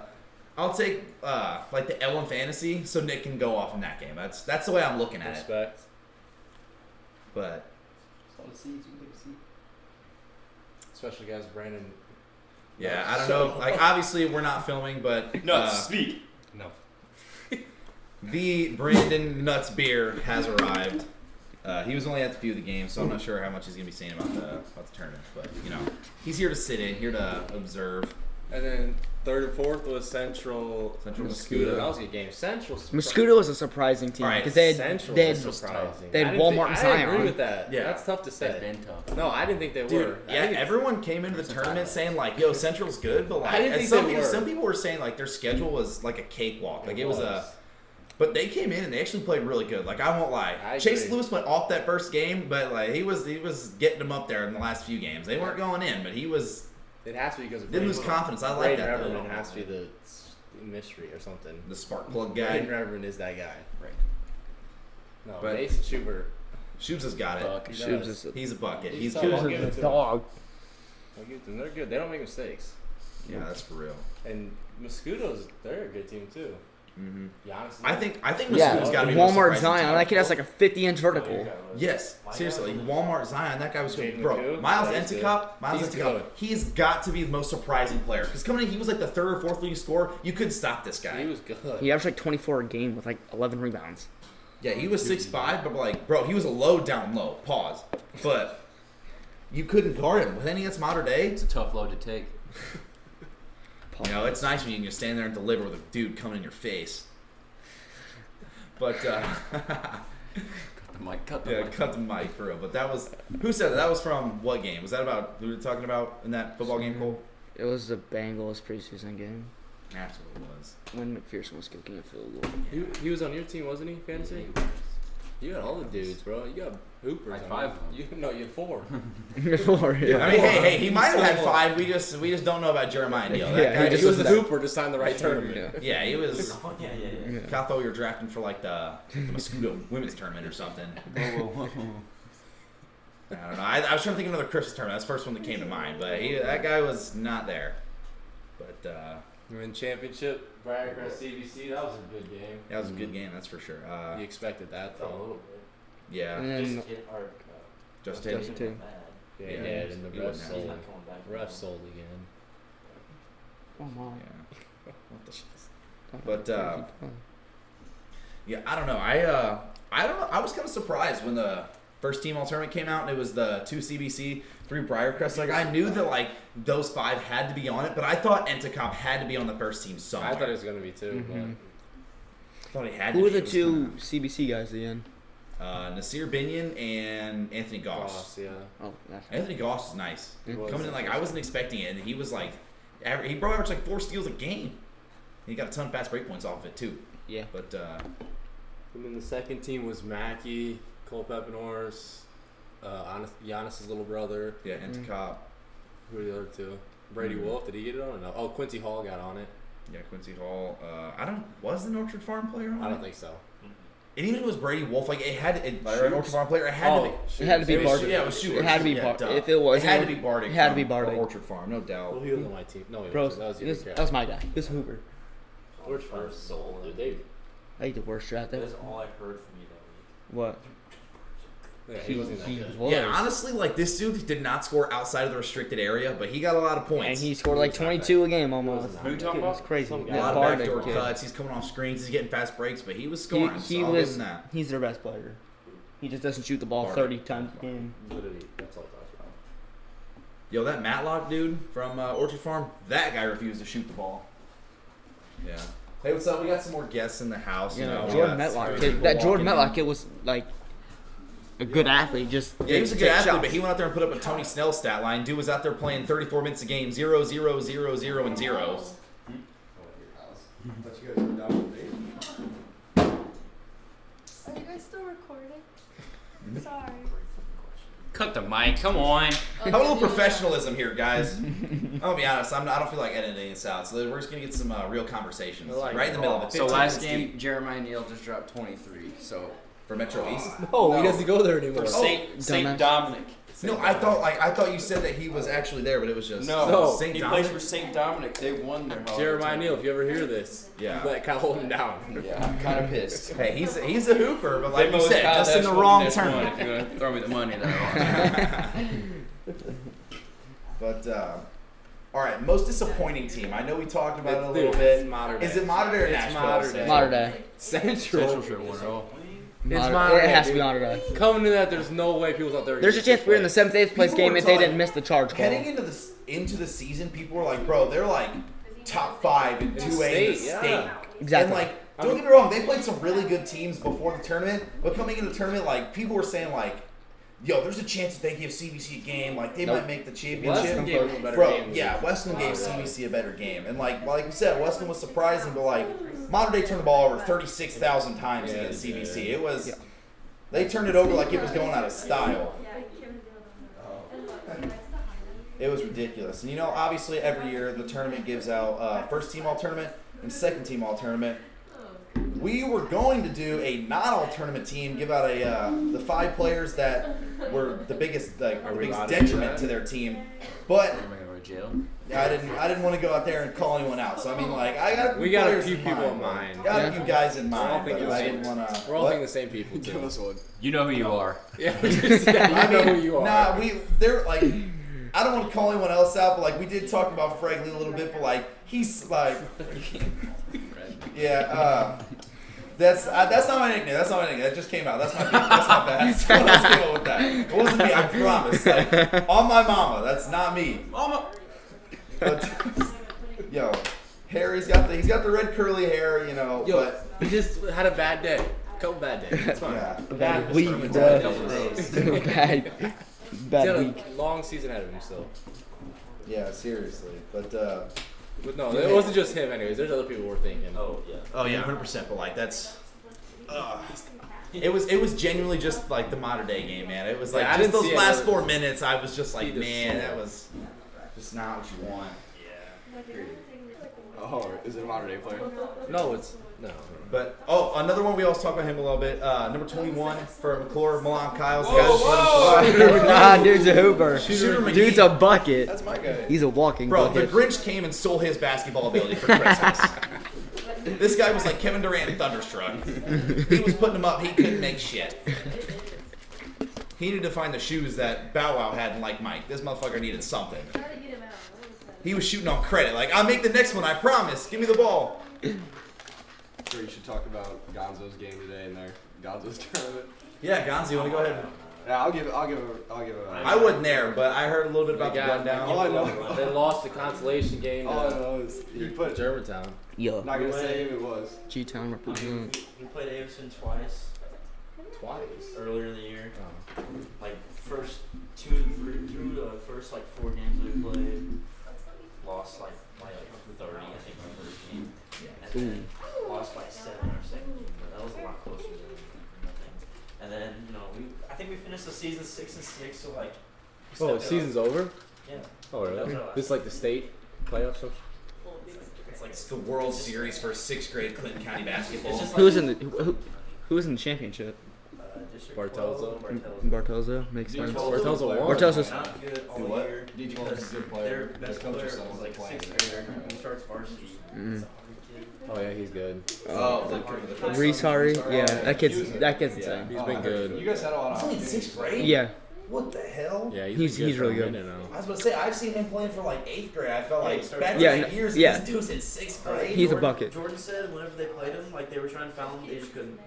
[SPEAKER 1] I'll take uh like the L in fantasy so Nick can go off in that game. That's that's the way I'm looking at it.
[SPEAKER 4] Respect.
[SPEAKER 1] But
[SPEAKER 4] Special guys, Brandon.
[SPEAKER 1] yeah, I don't know. Like obviously we're not filming, but uh,
[SPEAKER 6] speak.
[SPEAKER 4] No.
[SPEAKER 1] the Brandon Nuts beer has arrived. Uh, he was only at the few of the games, so I'm not sure how much he's gonna be saying about the about the tournament. But you know, he's here to sit in, here to observe.
[SPEAKER 4] And then third and fourth was Central.
[SPEAKER 1] Central Mosquito.
[SPEAKER 4] That was a good game. Central.
[SPEAKER 5] Mosquito was a surprising team
[SPEAKER 1] All right,
[SPEAKER 5] because they had,
[SPEAKER 4] Central.
[SPEAKER 5] they
[SPEAKER 4] was
[SPEAKER 5] had
[SPEAKER 4] surprising.
[SPEAKER 5] they had
[SPEAKER 4] I didn't
[SPEAKER 5] Walmart
[SPEAKER 4] think-
[SPEAKER 5] and
[SPEAKER 4] I
[SPEAKER 5] Zion.
[SPEAKER 4] agree with that.
[SPEAKER 1] Yeah.
[SPEAKER 4] Yeah. That's tough to
[SPEAKER 6] That's
[SPEAKER 4] say.
[SPEAKER 6] been tough.
[SPEAKER 4] No, I didn't think they
[SPEAKER 1] Dude,
[SPEAKER 4] were. I
[SPEAKER 1] yeah,
[SPEAKER 4] think it's-
[SPEAKER 1] everyone came into the tournament saying like, "Yo, Central's good," but like,
[SPEAKER 4] I didn't
[SPEAKER 1] and
[SPEAKER 4] think
[SPEAKER 1] some
[SPEAKER 4] they
[SPEAKER 1] people,
[SPEAKER 4] were.
[SPEAKER 1] some people were saying like their schedule was like a cakewalk, like it,
[SPEAKER 4] It
[SPEAKER 1] was. a.
[SPEAKER 4] was.
[SPEAKER 1] But they came in and they actually played really good. Like I won't lie,
[SPEAKER 4] I
[SPEAKER 1] Chase
[SPEAKER 4] agree.
[SPEAKER 1] Lewis went off that first game, but like he was he was getting them up there in the last few games. They weren't going in, but he was
[SPEAKER 4] It has to be because of
[SPEAKER 1] Didn't lose
[SPEAKER 4] Braden Reverend.
[SPEAKER 1] confidence. I like
[SPEAKER 4] Braden
[SPEAKER 1] that, though.
[SPEAKER 4] Reverend has to be the s- mystery or something.
[SPEAKER 1] the spark plug
[SPEAKER 4] Braden
[SPEAKER 1] guy.
[SPEAKER 4] Reverend is that guy.
[SPEAKER 6] Right.
[SPEAKER 4] No,
[SPEAKER 1] But-
[SPEAKER 4] Mason Schubert.
[SPEAKER 1] Shubes has got it.
[SPEAKER 6] Fuck.
[SPEAKER 4] He
[SPEAKER 5] Shubes
[SPEAKER 4] does.
[SPEAKER 5] is a-
[SPEAKER 1] He's a bucket. He's
[SPEAKER 4] He's solid.
[SPEAKER 1] good.
[SPEAKER 4] I'll give it to him.
[SPEAKER 5] dog.
[SPEAKER 4] I'll give it to them. They're good. They don't make mistakes.
[SPEAKER 1] Yeah, that's for real.
[SPEAKER 4] And Mosquitoes, they're a good team too.
[SPEAKER 1] hmm
[SPEAKER 4] Giannis. is-
[SPEAKER 1] I think I think
[SPEAKER 5] Yeah,
[SPEAKER 1] Mizzou's got to be the most
[SPEAKER 5] Walmart
[SPEAKER 1] surprising
[SPEAKER 5] Zion.
[SPEAKER 1] team.
[SPEAKER 5] That kid has like a 50 inch
[SPEAKER 4] Oh,
[SPEAKER 5] vertical.
[SPEAKER 4] you got it.
[SPEAKER 1] Yes, seriously, Walmart Zion. That guy was good,
[SPEAKER 4] Jaden
[SPEAKER 1] bro.
[SPEAKER 4] McCook,
[SPEAKER 1] Miles
[SPEAKER 4] that was
[SPEAKER 1] Entikop,
[SPEAKER 4] good.
[SPEAKER 1] Miles
[SPEAKER 4] He's
[SPEAKER 1] Entikop.
[SPEAKER 4] good.
[SPEAKER 1] He's got to be the most surprising player because coming in, he was like the third or fourth leading scorer. You could stop this guy.
[SPEAKER 4] He was good.
[SPEAKER 5] He averaged like 24 a game with like 11 rebounds.
[SPEAKER 1] yeah, he was six five, but like, bro, he was a low down low. Pause. But you couldn't guard him with any against modern day.
[SPEAKER 6] It's a tough load to take.
[SPEAKER 1] You know, it's nice when you can just stand there and deliver with a dude coming in your face. But uh, *laughs*
[SPEAKER 6] Cut the mic. Cut the
[SPEAKER 1] yeah,
[SPEAKER 6] mic.
[SPEAKER 1] cut the mic for real. But that was who said that? That was from what game? Was that about who we were talking about in that football game? Cole.
[SPEAKER 5] It was the Bengals preseason game
[SPEAKER 1] That's what it was.
[SPEAKER 5] when McPherson was kicking a field *laughs* goal.
[SPEAKER 4] He, he was on your team, wasn't he? Fantasy.
[SPEAKER 1] Mm-hmm.
[SPEAKER 4] You got all the dudes, bro. You got Hoopers.
[SPEAKER 6] Like
[SPEAKER 4] on
[SPEAKER 6] five
[SPEAKER 4] there.
[SPEAKER 6] of 'em.
[SPEAKER 4] *laughs* You no, you
[SPEAKER 1] *laughs*
[SPEAKER 4] had four.
[SPEAKER 5] Before, yeah.
[SPEAKER 1] I mean, hey, hey, he
[SPEAKER 4] He's
[SPEAKER 1] might have
[SPEAKER 4] so
[SPEAKER 1] had
[SPEAKER 4] low.
[SPEAKER 1] five. We just we just don't know about Jeremiah Neal. That
[SPEAKER 5] Yeah,
[SPEAKER 1] guy
[SPEAKER 5] he
[SPEAKER 4] he
[SPEAKER 1] just
[SPEAKER 5] just
[SPEAKER 4] was a
[SPEAKER 5] wasn't that-
[SPEAKER 4] hooper, just signed the right
[SPEAKER 1] *laughs*
[SPEAKER 4] tournament.
[SPEAKER 1] yeah, he was.
[SPEAKER 6] Oh, yeah, yeah, yeah.
[SPEAKER 1] I thought we were drafting for like the, the Mosquito women's tournament or something.
[SPEAKER 6] Whoa, whoa, whoa.
[SPEAKER 1] I don't know. I, I was trying to think of another Christmas tournament. That's the first one that came to mind. But he, that guy was not there. But uh,
[SPEAKER 4] You win championship, Brian Crest CBC. That was a good game.
[SPEAKER 1] that was a good game, that's for sure. Uh,
[SPEAKER 4] You expected that though.
[SPEAKER 1] yeah,
[SPEAKER 5] And then
[SPEAKER 1] just
[SPEAKER 5] Justin
[SPEAKER 1] Tatum.
[SPEAKER 5] Tatum.
[SPEAKER 4] Yeah,
[SPEAKER 1] Yeah,
[SPEAKER 4] yeah, and the
[SPEAKER 1] he
[SPEAKER 4] ref
[SPEAKER 1] wasn't happy.
[SPEAKER 4] sold. Ref sold again.
[SPEAKER 5] Oh my.
[SPEAKER 1] Yeah. What the But, uh, Yeah, I don't know. I uh, I don't know. I was kind of surprised when the first team all tournament came out and it was the two CBC, three Briarcrest. Like I knew that like those five had to be on it, but I thought Entacop had to be on the first team somewhere.
[SPEAKER 4] I thought it was gonna be two.
[SPEAKER 5] Mhm.
[SPEAKER 1] I thought he had.
[SPEAKER 5] who
[SPEAKER 1] to
[SPEAKER 5] were
[SPEAKER 1] be.
[SPEAKER 5] the
[SPEAKER 1] It was
[SPEAKER 5] two CBC guys at the end?
[SPEAKER 1] kinda- Uh, Nasir Binion and Anthony
[SPEAKER 4] But
[SPEAKER 1] Goss.
[SPEAKER 4] Goss, yeah.
[SPEAKER 5] Oh, that's
[SPEAKER 1] Anthony Goss is nice.
[SPEAKER 4] was
[SPEAKER 1] Coming in like I wasn't expecting it, and he was like, aver- he brought average like four steals a game. He got a ton of fast break points off of it too.
[SPEAKER 5] Yeah.
[SPEAKER 1] But uh,
[SPEAKER 4] And then the second team was Mackey, Cole Pepinors, uh, Honest- Giannis's little brother.
[SPEAKER 1] yeah, and
[SPEAKER 5] Mm.
[SPEAKER 1] Cobb.
[SPEAKER 4] Who are the other two? Brady Wolf. Did he get it on or no? Oh, Quincy Hall got on it.
[SPEAKER 1] Yeah, Quincy Hall. Uh, I don't was an Orchard Farm player. On
[SPEAKER 4] I don't
[SPEAKER 1] it?
[SPEAKER 4] think so.
[SPEAKER 1] And even if it was Brady Wolf, like it had it, or an Orchard Farm player. It had to be.
[SPEAKER 4] Oh, shoot.
[SPEAKER 5] It had to be
[SPEAKER 1] It was-
[SPEAKER 5] Bardic.
[SPEAKER 1] Yeah, it was Schubert.
[SPEAKER 5] It had to be
[SPEAKER 1] yeah,
[SPEAKER 5] Bar-
[SPEAKER 1] duh.
[SPEAKER 5] if it was-
[SPEAKER 1] it had to be Bardic.
[SPEAKER 5] it had to be
[SPEAKER 1] from the
[SPEAKER 5] Bardic.
[SPEAKER 1] Orchard Farm, no
[SPEAKER 4] Well,
[SPEAKER 1] doubt.
[SPEAKER 4] he was on my team. No, he
[SPEAKER 5] Bro,
[SPEAKER 4] wasn't. That was your
[SPEAKER 5] this-
[SPEAKER 4] cat.
[SPEAKER 5] that was my guy. This Hoover.
[SPEAKER 4] George first soul, dude. They,
[SPEAKER 5] I think the worst draft
[SPEAKER 6] That
[SPEAKER 5] ever.
[SPEAKER 6] is all I heard from you that
[SPEAKER 5] What?
[SPEAKER 4] yeah, he wasn't that
[SPEAKER 5] he
[SPEAKER 4] good.
[SPEAKER 5] was.
[SPEAKER 1] Yeah, honestly, like this dude did not score outside of the restricted area, but he got a lot of
[SPEAKER 5] And
[SPEAKER 1] points.
[SPEAKER 5] he scored like
[SPEAKER 4] He was not
[SPEAKER 5] 22 a game
[SPEAKER 4] He
[SPEAKER 5] almost.
[SPEAKER 4] wasn't
[SPEAKER 6] Who you
[SPEAKER 4] that
[SPEAKER 6] talking
[SPEAKER 4] good.
[SPEAKER 6] about?
[SPEAKER 5] It's crazy.
[SPEAKER 4] Some guy.
[SPEAKER 1] a
[SPEAKER 5] That
[SPEAKER 1] lot of
[SPEAKER 5] Bardic
[SPEAKER 1] backdoor
[SPEAKER 5] kid.
[SPEAKER 1] cuts. He's coming off screens. He's getting fast breaks, but he was
[SPEAKER 5] He,
[SPEAKER 1] scoring.
[SPEAKER 5] he
[SPEAKER 1] so I'll give
[SPEAKER 5] was.
[SPEAKER 1] him that.
[SPEAKER 5] He's their best player. He just doesn't shoot the ball
[SPEAKER 1] Bardic.
[SPEAKER 5] 30 times a game.
[SPEAKER 4] Literally, that's all I talked about.
[SPEAKER 1] Yo, that Matlock dude from uh, Orchard Farm, that guy refused to shoot the ball. Yeah. Hey, what's up? We got some more guests in the house.
[SPEAKER 5] You know,
[SPEAKER 1] we
[SPEAKER 5] Jordan
[SPEAKER 1] got
[SPEAKER 5] Metlock.
[SPEAKER 1] some
[SPEAKER 5] Kid,
[SPEAKER 1] people
[SPEAKER 5] that Jordan
[SPEAKER 1] walking in.
[SPEAKER 5] Metlock kid was like a good athlete. Just
[SPEAKER 1] Yeah, he was a
[SPEAKER 5] didn't
[SPEAKER 1] good
[SPEAKER 5] take
[SPEAKER 1] athlete,
[SPEAKER 5] shots.
[SPEAKER 1] but he went out there and put up a Tony Snell stat line. Dude was out there playing 34 minutes a game, zero, zero, zero, zero, and zeros.
[SPEAKER 7] But you guys are done with me.
[SPEAKER 8] Are you guys still recording?
[SPEAKER 1] Hmm?
[SPEAKER 8] Sorry.
[SPEAKER 6] Cut the mic. Come on.
[SPEAKER 1] Have a little professionalism here,
[SPEAKER 5] *laughs*
[SPEAKER 1] guys. I'll be honest, I'm, I don't feel like editing this out, so we're just gonna get some uh, real conversations
[SPEAKER 3] I like
[SPEAKER 1] right in the middle of it.
[SPEAKER 3] So
[SPEAKER 1] 15
[SPEAKER 3] last
[SPEAKER 1] minutes
[SPEAKER 3] game, Jeremiah Neal just dropped 23. So
[SPEAKER 1] for Metro
[SPEAKER 3] *laughs*
[SPEAKER 1] East.
[SPEAKER 4] Oh,
[SPEAKER 3] he
[SPEAKER 4] he
[SPEAKER 3] No. doesn't
[SPEAKER 4] doesn't go there anymore.
[SPEAKER 3] for Saint, Saint
[SPEAKER 5] dumbass.
[SPEAKER 3] Dominic.
[SPEAKER 1] No, I thought like I thought you said that he was actually there, but it was just
[SPEAKER 3] No,
[SPEAKER 4] No.
[SPEAKER 1] Saint
[SPEAKER 3] he
[SPEAKER 1] Dominic?
[SPEAKER 3] plays for Saint Dominic. They won their.
[SPEAKER 6] Oh.
[SPEAKER 3] holiday
[SPEAKER 4] Jeremiah Neal,
[SPEAKER 3] tournament.
[SPEAKER 4] if you ever hear this,
[SPEAKER 1] Yeah.
[SPEAKER 4] you let Kyle hold him down.
[SPEAKER 3] Yeah, I'm
[SPEAKER 6] *laughs*
[SPEAKER 3] kind of pissed.
[SPEAKER 1] Hey, he's he's a hooper, but like
[SPEAKER 3] They
[SPEAKER 1] you
[SPEAKER 3] both
[SPEAKER 1] said,
[SPEAKER 3] Kyle
[SPEAKER 1] just in the
[SPEAKER 3] Dashwood
[SPEAKER 1] wrong
[SPEAKER 3] and
[SPEAKER 1] turn.
[SPEAKER 3] Dashwood, If you're
[SPEAKER 6] *laughs*
[SPEAKER 3] gonna throw me the money that
[SPEAKER 1] *laughs* But uh, all right, most disappointing team. I know we talked about it a
[SPEAKER 4] Dude,
[SPEAKER 1] little bit.
[SPEAKER 4] It's modern
[SPEAKER 1] Is
[SPEAKER 4] day.
[SPEAKER 1] it modern or
[SPEAKER 4] It's
[SPEAKER 1] Nashville?
[SPEAKER 4] modern day.
[SPEAKER 5] Modern day.
[SPEAKER 4] Central.
[SPEAKER 5] Modern-
[SPEAKER 4] modern
[SPEAKER 5] it
[SPEAKER 4] day,
[SPEAKER 5] has to be
[SPEAKER 4] dude.
[SPEAKER 5] modern day.
[SPEAKER 4] Coming to that, there's no way people's out there.
[SPEAKER 5] There's a chance we're in the seventh, eighth place
[SPEAKER 1] People
[SPEAKER 5] game
[SPEAKER 1] were
[SPEAKER 5] if they
[SPEAKER 1] talking-
[SPEAKER 5] didn't miss the charge call.
[SPEAKER 1] Heading into the s- into the season, people were like, "Bro, they're like top five and two A in the
[SPEAKER 4] state, yeah.
[SPEAKER 1] state." And
[SPEAKER 5] Exactly.
[SPEAKER 1] like, don't get me wrong, they played some really good teams before the tournament, but coming into the tournament, like people were saying like, "Yo, there's a chance that they give CBC a game, like they might make the championship."
[SPEAKER 4] Weston gave him a better
[SPEAKER 1] Bro,
[SPEAKER 4] game. Oh,
[SPEAKER 1] yeah, Weston gave CBC a better game, and like like we said, Weston was surprising, but like modern day turned the ball over thirty six thousand times
[SPEAKER 4] Yeah,
[SPEAKER 1] against
[SPEAKER 4] they did.
[SPEAKER 1] CBC. It was they turned it over like it was going out of style. Oh.
[SPEAKER 8] *laughs*
[SPEAKER 1] It was ridiculous, and you know, obviously every year the tournament gives out uh, first team all tournament and second team all tournament. We were going to do a non all tournament team, give out a uh, the five players that were the biggest like the
[SPEAKER 4] we
[SPEAKER 1] biggest
[SPEAKER 4] allowed to do
[SPEAKER 1] detriment
[SPEAKER 4] that?
[SPEAKER 1] to their team, but.
[SPEAKER 6] Am I gonna go to jail?
[SPEAKER 1] Yeah, I didn't. I didn't want to go out there and call anyone out. So I mean, like, I got
[SPEAKER 4] We got a
[SPEAKER 1] players
[SPEAKER 4] few people in mind.
[SPEAKER 1] Got
[SPEAKER 5] Yeah.
[SPEAKER 1] you guys in
[SPEAKER 4] all
[SPEAKER 1] mind,
[SPEAKER 4] thinking
[SPEAKER 1] but
[SPEAKER 4] the
[SPEAKER 1] I
[SPEAKER 4] same.
[SPEAKER 1] didn't want to.
[SPEAKER 4] We're all thinking the
[SPEAKER 1] *laughs*
[SPEAKER 4] same people
[SPEAKER 3] Give
[SPEAKER 4] too.
[SPEAKER 3] us one.
[SPEAKER 6] You know who you are.
[SPEAKER 4] *laughs* Yeah, we just, yeah, you
[SPEAKER 1] I
[SPEAKER 4] know
[SPEAKER 1] mean,
[SPEAKER 4] who you are.
[SPEAKER 1] nah, we. They're like. I don't want to call anyone else out, but like we did talk about Franklin a little bit, but like he's *laughs* like, yeah, uh, that's uh, that's not my nickname. That's not my nickname. That just came out. That's my that's not bad. So *laughs* let's go with that. It wasn't me. I promise. Like on my mama. That's not me.
[SPEAKER 3] Mama.
[SPEAKER 1] But yo, Harry's got the he's got the red curly hair. You know,
[SPEAKER 4] Yo,
[SPEAKER 1] but
[SPEAKER 4] he just had a bad day. Couple bad days. It's fine.
[SPEAKER 1] yeah.
[SPEAKER 5] bad
[SPEAKER 4] Bad
[SPEAKER 5] week,
[SPEAKER 4] tournament.
[SPEAKER 5] bro. bad,
[SPEAKER 4] He's
[SPEAKER 5] bad
[SPEAKER 4] got
[SPEAKER 5] week.
[SPEAKER 4] a long season ahead of him still.
[SPEAKER 1] Yeah, seriously. But uh,
[SPEAKER 4] But no, it wasn't just him. Anyways, there's other people we're thinking.
[SPEAKER 6] Oh yeah.
[SPEAKER 1] oh yeah, hundred percent. But like that's. Uh, *laughs* it was it was genuinely just like the modern day game, man. It was like
[SPEAKER 4] Yeah, I
[SPEAKER 1] just
[SPEAKER 4] didn't
[SPEAKER 1] those
[SPEAKER 4] see it,
[SPEAKER 1] last
[SPEAKER 4] but-
[SPEAKER 1] four minutes. I was just like,
[SPEAKER 4] He just
[SPEAKER 1] man,
[SPEAKER 4] saw
[SPEAKER 1] that
[SPEAKER 4] it.
[SPEAKER 1] was just not what you want.
[SPEAKER 3] Oh, is it a modern day player?
[SPEAKER 4] No, it's no.
[SPEAKER 1] But oh, another one we always talk about him a little bit. Uh, number twenty-one for McClure, Milan Kyles. the guy that shot him.
[SPEAKER 5] nah, dude's a hooper.
[SPEAKER 1] Shooter McGee.
[SPEAKER 5] Dude's a bucket.
[SPEAKER 3] That's my guy.
[SPEAKER 5] He's a walking
[SPEAKER 1] Bro, the
[SPEAKER 5] bucket.
[SPEAKER 1] Grinch came and stole his basketball ability for Christmas.
[SPEAKER 4] *laughs*
[SPEAKER 1] this guy was like Kevin Durant thunderstruck. He was putting him up. He couldn't make shit. He needed to find the shoes that Bow Wow had and like Mike. This motherfucker needed something. He was shooting on credit. Like, I'll make the next one. I promise. Give me the ball.
[SPEAKER 7] Sure, you should talk about Gonzo's game today and their Gonzo's *laughs* tournament.
[SPEAKER 1] Yeah, Gonzi, you want to go ahead?
[SPEAKER 7] Yeah, I'll give. I'll give. A, I'll give. A,
[SPEAKER 1] I wasn't there, but I heard a little bit about the
[SPEAKER 7] All
[SPEAKER 1] rundown.
[SPEAKER 7] I know-
[SPEAKER 4] They lost the consolation game to
[SPEAKER 7] all I know is he put.
[SPEAKER 4] Germantown.
[SPEAKER 5] Yo,
[SPEAKER 7] Not gonna say who it was.
[SPEAKER 5] G Town represent.
[SPEAKER 9] We played Averson twice
[SPEAKER 4] Twice.
[SPEAKER 9] earlier in the year.
[SPEAKER 4] Oh.
[SPEAKER 9] Like first two of the three, two of the first like four games we played, lost like by like thirty, I think, my first game. And and then lost by seven or six. That was a lot closer than nothing. And then you know we, I think we finished the season six and six. So like, we
[SPEAKER 4] Oh,
[SPEAKER 9] stepped it up.
[SPEAKER 4] season's over.
[SPEAKER 9] Yeah,
[SPEAKER 4] Oh,
[SPEAKER 9] That
[SPEAKER 4] really?
[SPEAKER 9] was our last
[SPEAKER 4] This is like the state playoffs. or-
[SPEAKER 9] it's like
[SPEAKER 1] It's the World Series for sixth grade Clinton County basketball.
[SPEAKER 9] It's just like
[SPEAKER 5] Who was in the who, who- who was in the championship?
[SPEAKER 9] uh, District
[SPEAKER 4] Bartelzo?
[SPEAKER 9] 12, Bartelzo.
[SPEAKER 5] Bartelzo makes
[SPEAKER 7] Dude,
[SPEAKER 5] sense.
[SPEAKER 7] Bartelzo's
[SPEAKER 4] Bartelzo
[SPEAKER 7] a player.
[SPEAKER 4] won.
[SPEAKER 5] Bartelzo's-
[SPEAKER 9] Not good all
[SPEAKER 7] What?
[SPEAKER 9] year.
[SPEAKER 7] D12 is a
[SPEAKER 9] because
[SPEAKER 7] good player.
[SPEAKER 9] Their
[SPEAKER 7] Their
[SPEAKER 9] best
[SPEAKER 7] coach
[SPEAKER 9] player
[SPEAKER 7] is
[SPEAKER 9] was
[SPEAKER 7] solid.
[SPEAKER 9] like a
[SPEAKER 7] Player.
[SPEAKER 9] sixth grader who starts varsity.
[SPEAKER 5] Mm.
[SPEAKER 9] It's a hard kid.
[SPEAKER 4] Oh yeah, he's good.
[SPEAKER 7] Oh, the kid with the first
[SPEAKER 5] Reese
[SPEAKER 7] son.
[SPEAKER 5] Harry,
[SPEAKER 7] Reese
[SPEAKER 5] yeah,
[SPEAKER 7] Harry.
[SPEAKER 5] that kid's that kid's insane.
[SPEAKER 4] He's
[SPEAKER 7] Oh,
[SPEAKER 4] been
[SPEAKER 7] I heard
[SPEAKER 4] good.
[SPEAKER 7] You guys had a lot of
[SPEAKER 1] He's only in sixth grade.
[SPEAKER 5] Yeah,
[SPEAKER 1] What the hell?
[SPEAKER 4] Yeah,
[SPEAKER 5] He's-
[SPEAKER 4] been
[SPEAKER 5] he's
[SPEAKER 4] for a
[SPEAKER 5] really good.
[SPEAKER 4] minute now.
[SPEAKER 1] I was about to say I've seen him playing for like eighth grade. I felt
[SPEAKER 9] Yeah, he
[SPEAKER 1] like
[SPEAKER 9] started-
[SPEAKER 1] back
[SPEAKER 5] Yeah,
[SPEAKER 1] in
[SPEAKER 5] no-
[SPEAKER 1] the years
[SPEAKER 5] yeah.
[SPEAKER 1] this dude's in sixth
[SPEAKER 9] Uh,
[SPEAKER 1] grade.
[SPEAKER 5] He's a
[SPEAKER 9] Jordan-
[SPEAKER 5] bucket.
[SPEAKER 9] Jordan said whenever they played him, like they were trying to foul him, they just couldn't.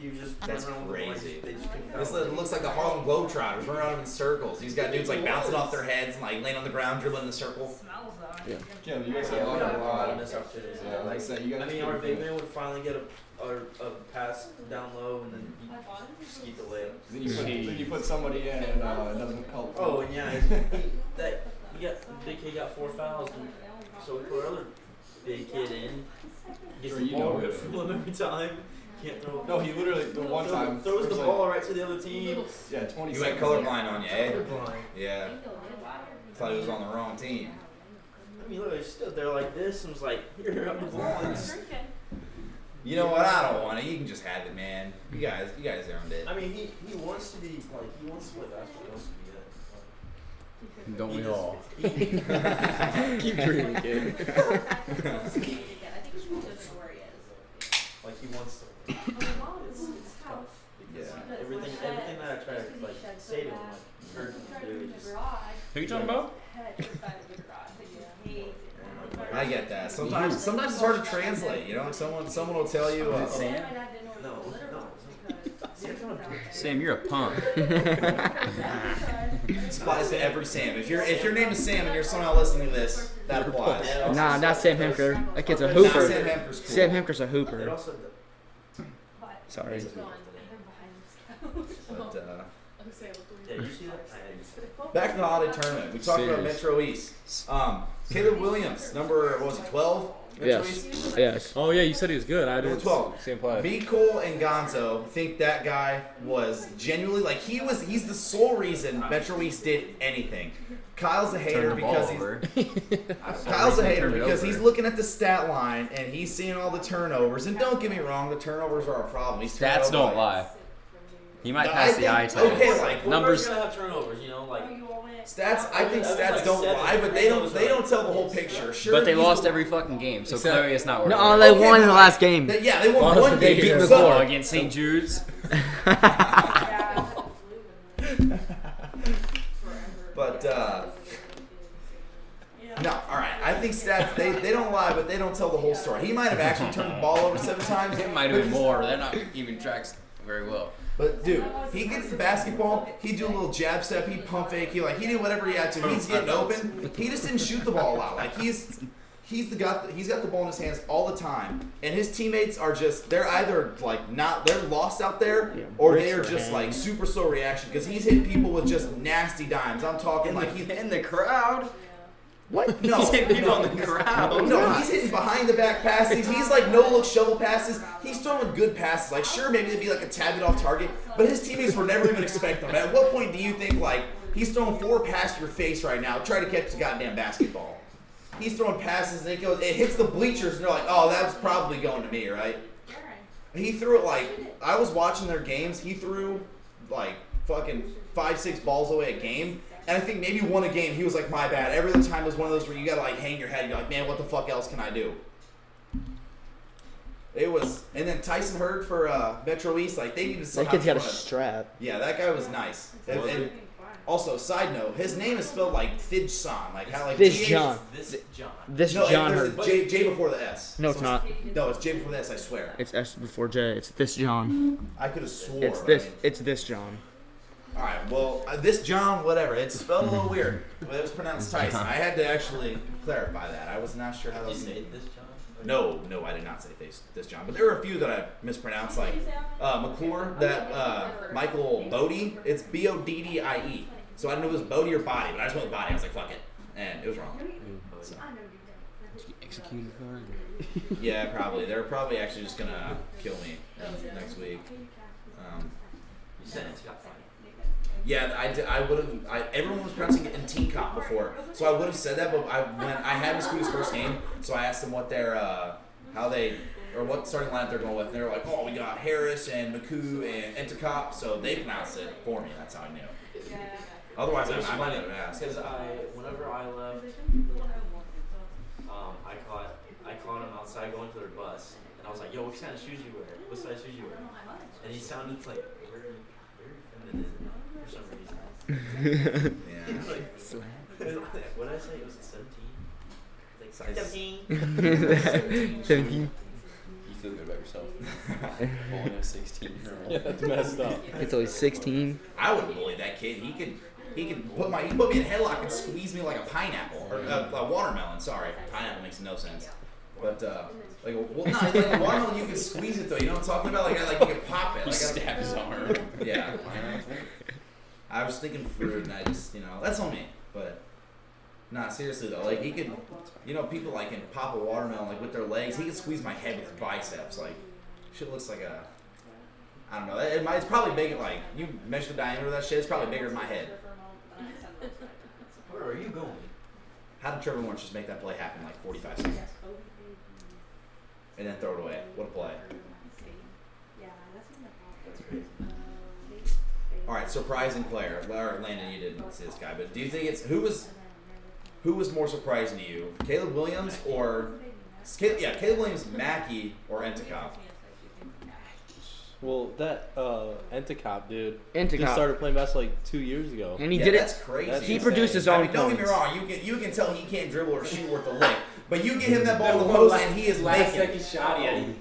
[SPEAKER 9] You just
[SPEAKER 1] That's
[SPEAKER 9] run around with the boys,
[SPEAKER 1] crazy.
[SPEAKER 9] They just couldn't
[SPEAKER 1] This
[SPEAKER 9] foul him.
[SPEAKER 1] looks like the Harlem Globetrotters running around in circles. He's got dudes like bouncing off their heads and like laying on the ground, dribbling in a circle.
[SPEAKER 8] Smells though.
[SPEAKER 4] Yeah.
[SPEAKER 7] Yeah, you guys had
[SPEAKER 9] Yeah,
[SPEAKER 7] a
[SPEAKER 9] we
[SPEAKER 7] lot
[SPEAKER 9] got
[SPEAKER 7] of
[SPEAKER 9] a lot of missed
[SPEAKER 7] lot.
[SPEAKER 9] opportunities.
[SPEAKER 7] Yeah, like I
[SPEAKER 9] like,
[SPEAKER 7] said, you guys.
[SPEAKER 9] I mean, our big man would finally get a, a, a pass down low and then
[SPEAKER 8] I bought it.
[SPEAKER 9] he skeet the layup.
[SPEAKER 7] Then you put, then you put somebody in and uh, it doesn't help.
[SPEAKER 9] Oh, and yeah, he, he- that he got big kid got four fouls, and so we put our other big kid in. Gets
[SPEAKER 7] Sure,
[SPEAKER 9] the
[SPEAKER 7] you
[SPEAKER 9] ball
[SPEAKER 7] know
[SPEAKER 9] ripped
[SPEAKER 7] it.
[SPEAKER 9] *laughs* from him every time. Can't throw.
[SPEAKER 7] No, he literally the one
[SPEAKER 9] throw-
[SPEAKER 7] time
[SPEAKER 9] throws
[SPEAKER 7] it
[SPEAKER 9] the
[SPEAKER 7] was
[SPEAKER 9] ball
[SPEAKER 7] Like,
[SPEAKER 9] right to the other team.
[SPEAKER 7] yeah, twenty.
[SPEAKER 1] You went
[SPEAKER 7] seconds left.
[SPEAKER 1] colorblind on you, eh?
[SPEAKER 9] Blind.
[SPEAKER 1] Yeah. Thought he was on the wrong team.
[SPEAKER 9] I mean, look, I stood there like this and was like, here, I'm the ball. And just-
[SPEAKER 1] You know what? I don't want it. You can just have it, man. You guys, you guys earned it.
[SPEAKER 9] I mean, he, he wants to be, like, he wants to play basketball. He wants to be
[SPEAKER 4] Don't
[SPEAKER 9] good. He
[SPEAKER 4] we
[SPEAKER 9] just-
[SPEAKER 4] all? *laughs*
[SPEAKER 9] he- *laughs*
[SPEAKER 4] Keep dreaming, kid.
[SPEAKER 1] *laughs*
[SPEAKER 9] like, he wants to. Because
[SPEAKER 1] Yeah.
[SPEAKER 9] everything, everything that I try to, like, say to him, like, hurt him, dude, just,
[SPEAKER 4] Who you talking about?
[SPEAKER 1] I get that. Sometimes, sometimes it's hard to translate. You know, someone, someone will tell you. Uh,
[SPEAKER 9] no, no. See, I'm trying to-
[SPEAKER 6] Sam, you're a punk.
[SPEAKER 1] this *laughs* applies to every Sam. If your if your name is Sam and you're somehow listening to this, that applies.
[SPEAKER 9] Yeah, it also
[SPEAKER 5] nah, not
[SPEAKER 9] sucks
[SPEAKER 5] Sam
[SPEAKER 9] because-
[SPEAKER 5] Hemker. That kid's a
[SPEAKER 1] Not
[SPEAKER 5] hooper.
[SPEAKER 1] Sam Hemper's cool.
[SPEAKER 5] Sam Hemker's a
[SPEAKER 9] It
[SPEAKER 5] hooper.
[SPEAKER 9] also, d-
[SPEAKER 5] Sorry.
[SPEAKER 1] *laughs* But, uh,
[SPEAKER 9] yeah, you see that? I-
[SPEAKER 1] back to the holiday *laughs* tournament. We talked about
[SPEAKER 4] Serious.
[SPEAKER 1] Metro East. Um, Caleb Williams, number what was it, twelve? Metro
[SPEAKER 5] Yes.
[SPEAKER 1] East.
[SPEAKER 5] Yes.
[SPEAKER 4] Oh yeah, you said he was good. I
[SPEAKER 1] Number
[SPEAKER 4] didn't
[SPEAKER 1] 12.
[SPEAKER 4] see him play. *laughs*
[SPEAKER 1] Me, Cole, and Gonzo think that guy was genuinely like he was. He's the sole reason Metro East did anything. Kyle's a hater
[SPEAKER 6] Turn the ball
[SPEAKER 1] because he's
[SPEAKER 6] over.
[SPEAKER 1] Kyle's a hater
[SPEAKER 6] Turn it
[SPEAKER 1] because he's
[SPEAKER 6] over.
[SPEAKER 1] looking at the stat line and he's seeing all the turnovers. And don't get me wrong, the turnovers are a problem. He's
[SPEAKER 6] Stats don't lie.
[SPEAKER 1] Oh,
[SPEAKER 6] He might
[SPEAKER 1] No, I
[SPEAKER 6] pass the
[SPEAKER 1] think-
[SPEAKER 6] eye test.
[SPEAKER 1] okay, like,
[SPEAKER 6] numbers.
[SPEAKER 9] Quarterback's gonna have turnovers, you know, like,
[SPEAKER 1] Stats, I think
[SPEAKER 9] That was
[SPEAKER 1] stats
[SPEAKER 9] like
[SPEAKER 1] don't
[SPEAKER 9] seven.
[SPEAKER 1] lie, but they don't they don't tell the whole picture. Sure,
[SPEAKER 6] But they
[SPEAKER 1] he's
[SPEAKER 6] lost
[SPEAKER 1] the-
[SPEAKER 6] every fucking game, so
[SPEAKER 4] Except-
[SPEAKER 6] clearly it's not worth
[SPEAKER 5] No, oh,
[SPEAKER 6] it.
[SPEAKER 5] they
[SPEAKER 1] Okay,
[SPEAKER 5] won in
[SPEAKER 1] but
[SPEAKER 5] the
[SPEAKER 1] like-
[SPEAKER 5] last game.
[SPEAKER 1] They- yeah, they won
[SPEAKER 4] Lost
[SPEAKER 1] one
[SPEAKER 4] the game
[SPEAKER 1] game.
[SPEAKER 4] here.
[SPEAKER 1] So-
[SPEAKER 6] Football against St. Jude's.
[SPEAKER 1] But uh, no, all right. I think stats they, they don't lie, but they don't tell the whole story. He might have actually turned the ball over seven times.
[SPEAKER 6] It might have *laughs* been more. They're not keeping tracks very well.
[SPEAKER 1] But dude, he gets the basketball. He do a little jab step. He pump fake. He like he did whatever he had to. He's
[SPEAKER 6] Oh,
[SPEAKER 1] getting open. He just didn't shoot the ball a lot. Like he's he's the got he's got the ball in his hands all the time. And his teammates are just they're either like not they're lost out there or they are just like super slow reaction because he's hitting people with just nasty dimes. I'm talking like he's
[SPEAKER 6] in the crowd. *laughs*
[SPEAKER 1] what? No,
[SPEAKER 6] He's hitting people
[SPEAKER 1] no.
[SPEAKER 6] on the crowd.
[SPEAKER 1] No, he's hitting behind the back passes. He's like no look shovel passes. He's throwing good passes. Like sure, maybe it'd be like a tad bit off target, but his teammates were never even expect them. At what point do you think like he's throwing four past your face right now? Try to catch the goddamn basketball. He's throwing passes and it goes. It hits the bleachers and they're like, oh, that was probably going to me, right? He threw it like I was watching their games. He threw like fucking five, six balls away a game. And I think maybe one a game. He was like, "My bad." Every other time was one of those where you gotta like hang your head. And you're like, "Man, what the fuck else can I do?" It was, and then Tyson Hurd for uh, Metro East. Like they needed.
[SPEAKER 5] That
[SPEAKER 1] somehow
[SPEAKER 5] kid's
[SPEAKER 1] to
[SPEAKER 5] got a
[SPEAKER 1] run.
[SPEAKER 5] strap.
[SPEAKER 1] yeah, that guy was nice. And, and also, side note, his name is spelled like Fidjon, like how like
[SPEAKER 5] This
[SPEAKER 1] J-
[SPEAKER 5] John.
[SPEAKER 9] this John.
[SPEAKER 5] This
[SPEAKER 1] No,
[SPEAKER 5] John
[SPEAKER 1] there's
[SPEAKER 5] Hurd.
[SPEAKER 1] a J, J before the S.
[SPEAKER 5] No, it's not.
[SPEAKER 1] No, it's J before the S. I swear.
[SPEAKER 5] It's S before J. It's this John.
[SPEAKER 1] I could have swore.
[SPEAKER 5] It's
[SPEAKER 1] I
[SPEAKER 5] this.
[SPEAKER 1] mean-
[SPEAKER 5] It's this John.
[SPEAKER 1] All right. Well, uh, this John, whatever. It's spelled a
[SPEAKER 5] *laughs*
[SPEAKER 1] little weird, but it was pronounced Tyson. I had to actually clarify that. I was not sure how.
[SPEAKER 9] Did you
[SPEAKER 1] was
[SPEAKER 9] say this John?
[SPEAKER 1] No, no, I did not say this, this John. But there were a few that I mispronounced, like uh, McClure, that uh, Michael Bodie. It's B O D D I E. So I didn't know it was Bodie or Body, but I just went with Body. I was like, fuck it, and it was wrong.
[SPEAKER 2] Executed for
[SPEAKER 5] *laughs*
[SPEAKER 1] Yeah, probably. They're probably actually just gonna kill me next week. Um,
[SPEAKER 9] You said it's got fun.
[SPEAKER 1] yeah, I, did- I would have. I, everyone was pronouncing it in Teen Cop before, so I would have said that. But I when I had Mosquito's first game, so I asked them what their uh, how they or what starting lineup they're going with, and they were like, "Oh, we got Harris and McCoo and Entercop," so they pronounced it for me. That's how I knew. Otherwise, I, I might not have asked.
[SPEAKER 9] Because I, whenever I left, um, I caught, I caught him outside going to their bus, and I was like, "Yo, what kind of shoes you wear? What size shoes you wear?" And he sounded like very, very feminine *laughs* for some reason.
[SPEAKER 1] Yeah.
[SPEAKER 9] Like, what did I say? It was seventeen. Like
[SPEAKER 1] Size-
[SPEAKER 9] seventeen.
[SPEAKER 5] Seventeen.
[SPEAKER 3] You feel good about yourself.
[SPEAKER 1] *laughs*
[SPEAKER 3] Born a 16 year old.
[SPEAKER 7] *laughs*
[SPEAKER 2] That's messed up.
[SPEAKER 5] It's always sixteen.
[SPEAKER 1] I would bully that kid. He could, he could put my, he could put me in a headlock and squeeze me like a pineapple or a, a watermelon. Sorry, pineapple makes no sense. But uh, like, well, no, like a watermelon, you could squeeze it though. You know what I'm talking about? Like, I, like you could pop it. Like, I,
[SPEAKER 2] Stab his arm.
[SPEAKER 1] yeah. I was thinking fruit, and I just, you know, that's on me. But nah, seriously though, like he could, you know, people like can pop a watermelon like with their legs. He could squeeze my head with his biceps. Like, shit looks like a. I don't know. It might, it's probably bigger. Like you measure the diameter of that shit. It's probably bigger than my head.
[SPEAKER 9] Where are you going?
[SPEAKER 1] How did Trevor Lawrence just make that play happen in, like 45 seconds and then throw it away? What a play. All right, surprising player. Or Landon, you didn't see this guy, but do you think it's who was who was more surprising to you, Caleb Williams or Ca- yeah, Caleb Williams, Mackey or Enticop?
[SPEAKER 10] Well, that uh, Entacop dude just
[SPEAKER 5] Entacop.
[SPEAKER 10] started playing basketball like two years ago.
[SPEAKER 5] And he
[SPEAKER 1] yeah,
[SPEAKER 5] did
[SPEAKER 1] that's
[SPEAKER 5] it.
[SPEAKER 1] crazy.
[SPEAKER 10] That's
[SPEAKER 5] He
[SPEAKER 10] insane.
[SPEAKER 5] produced his
[SPEAKER 1] I
[SPEAKER 5] own
[SPEAKER 1] mean, don't get me
[SPEAKER 5] points.
[SPEAKER 1] wrong. You can you can tell he can't dribble or shoot worth a lick, but you get him that ball to the post and he is
[SPEAKER 6] Last
[SPEAKER 1] making. it.
[SPEAKER 6] second shot, yeah. he-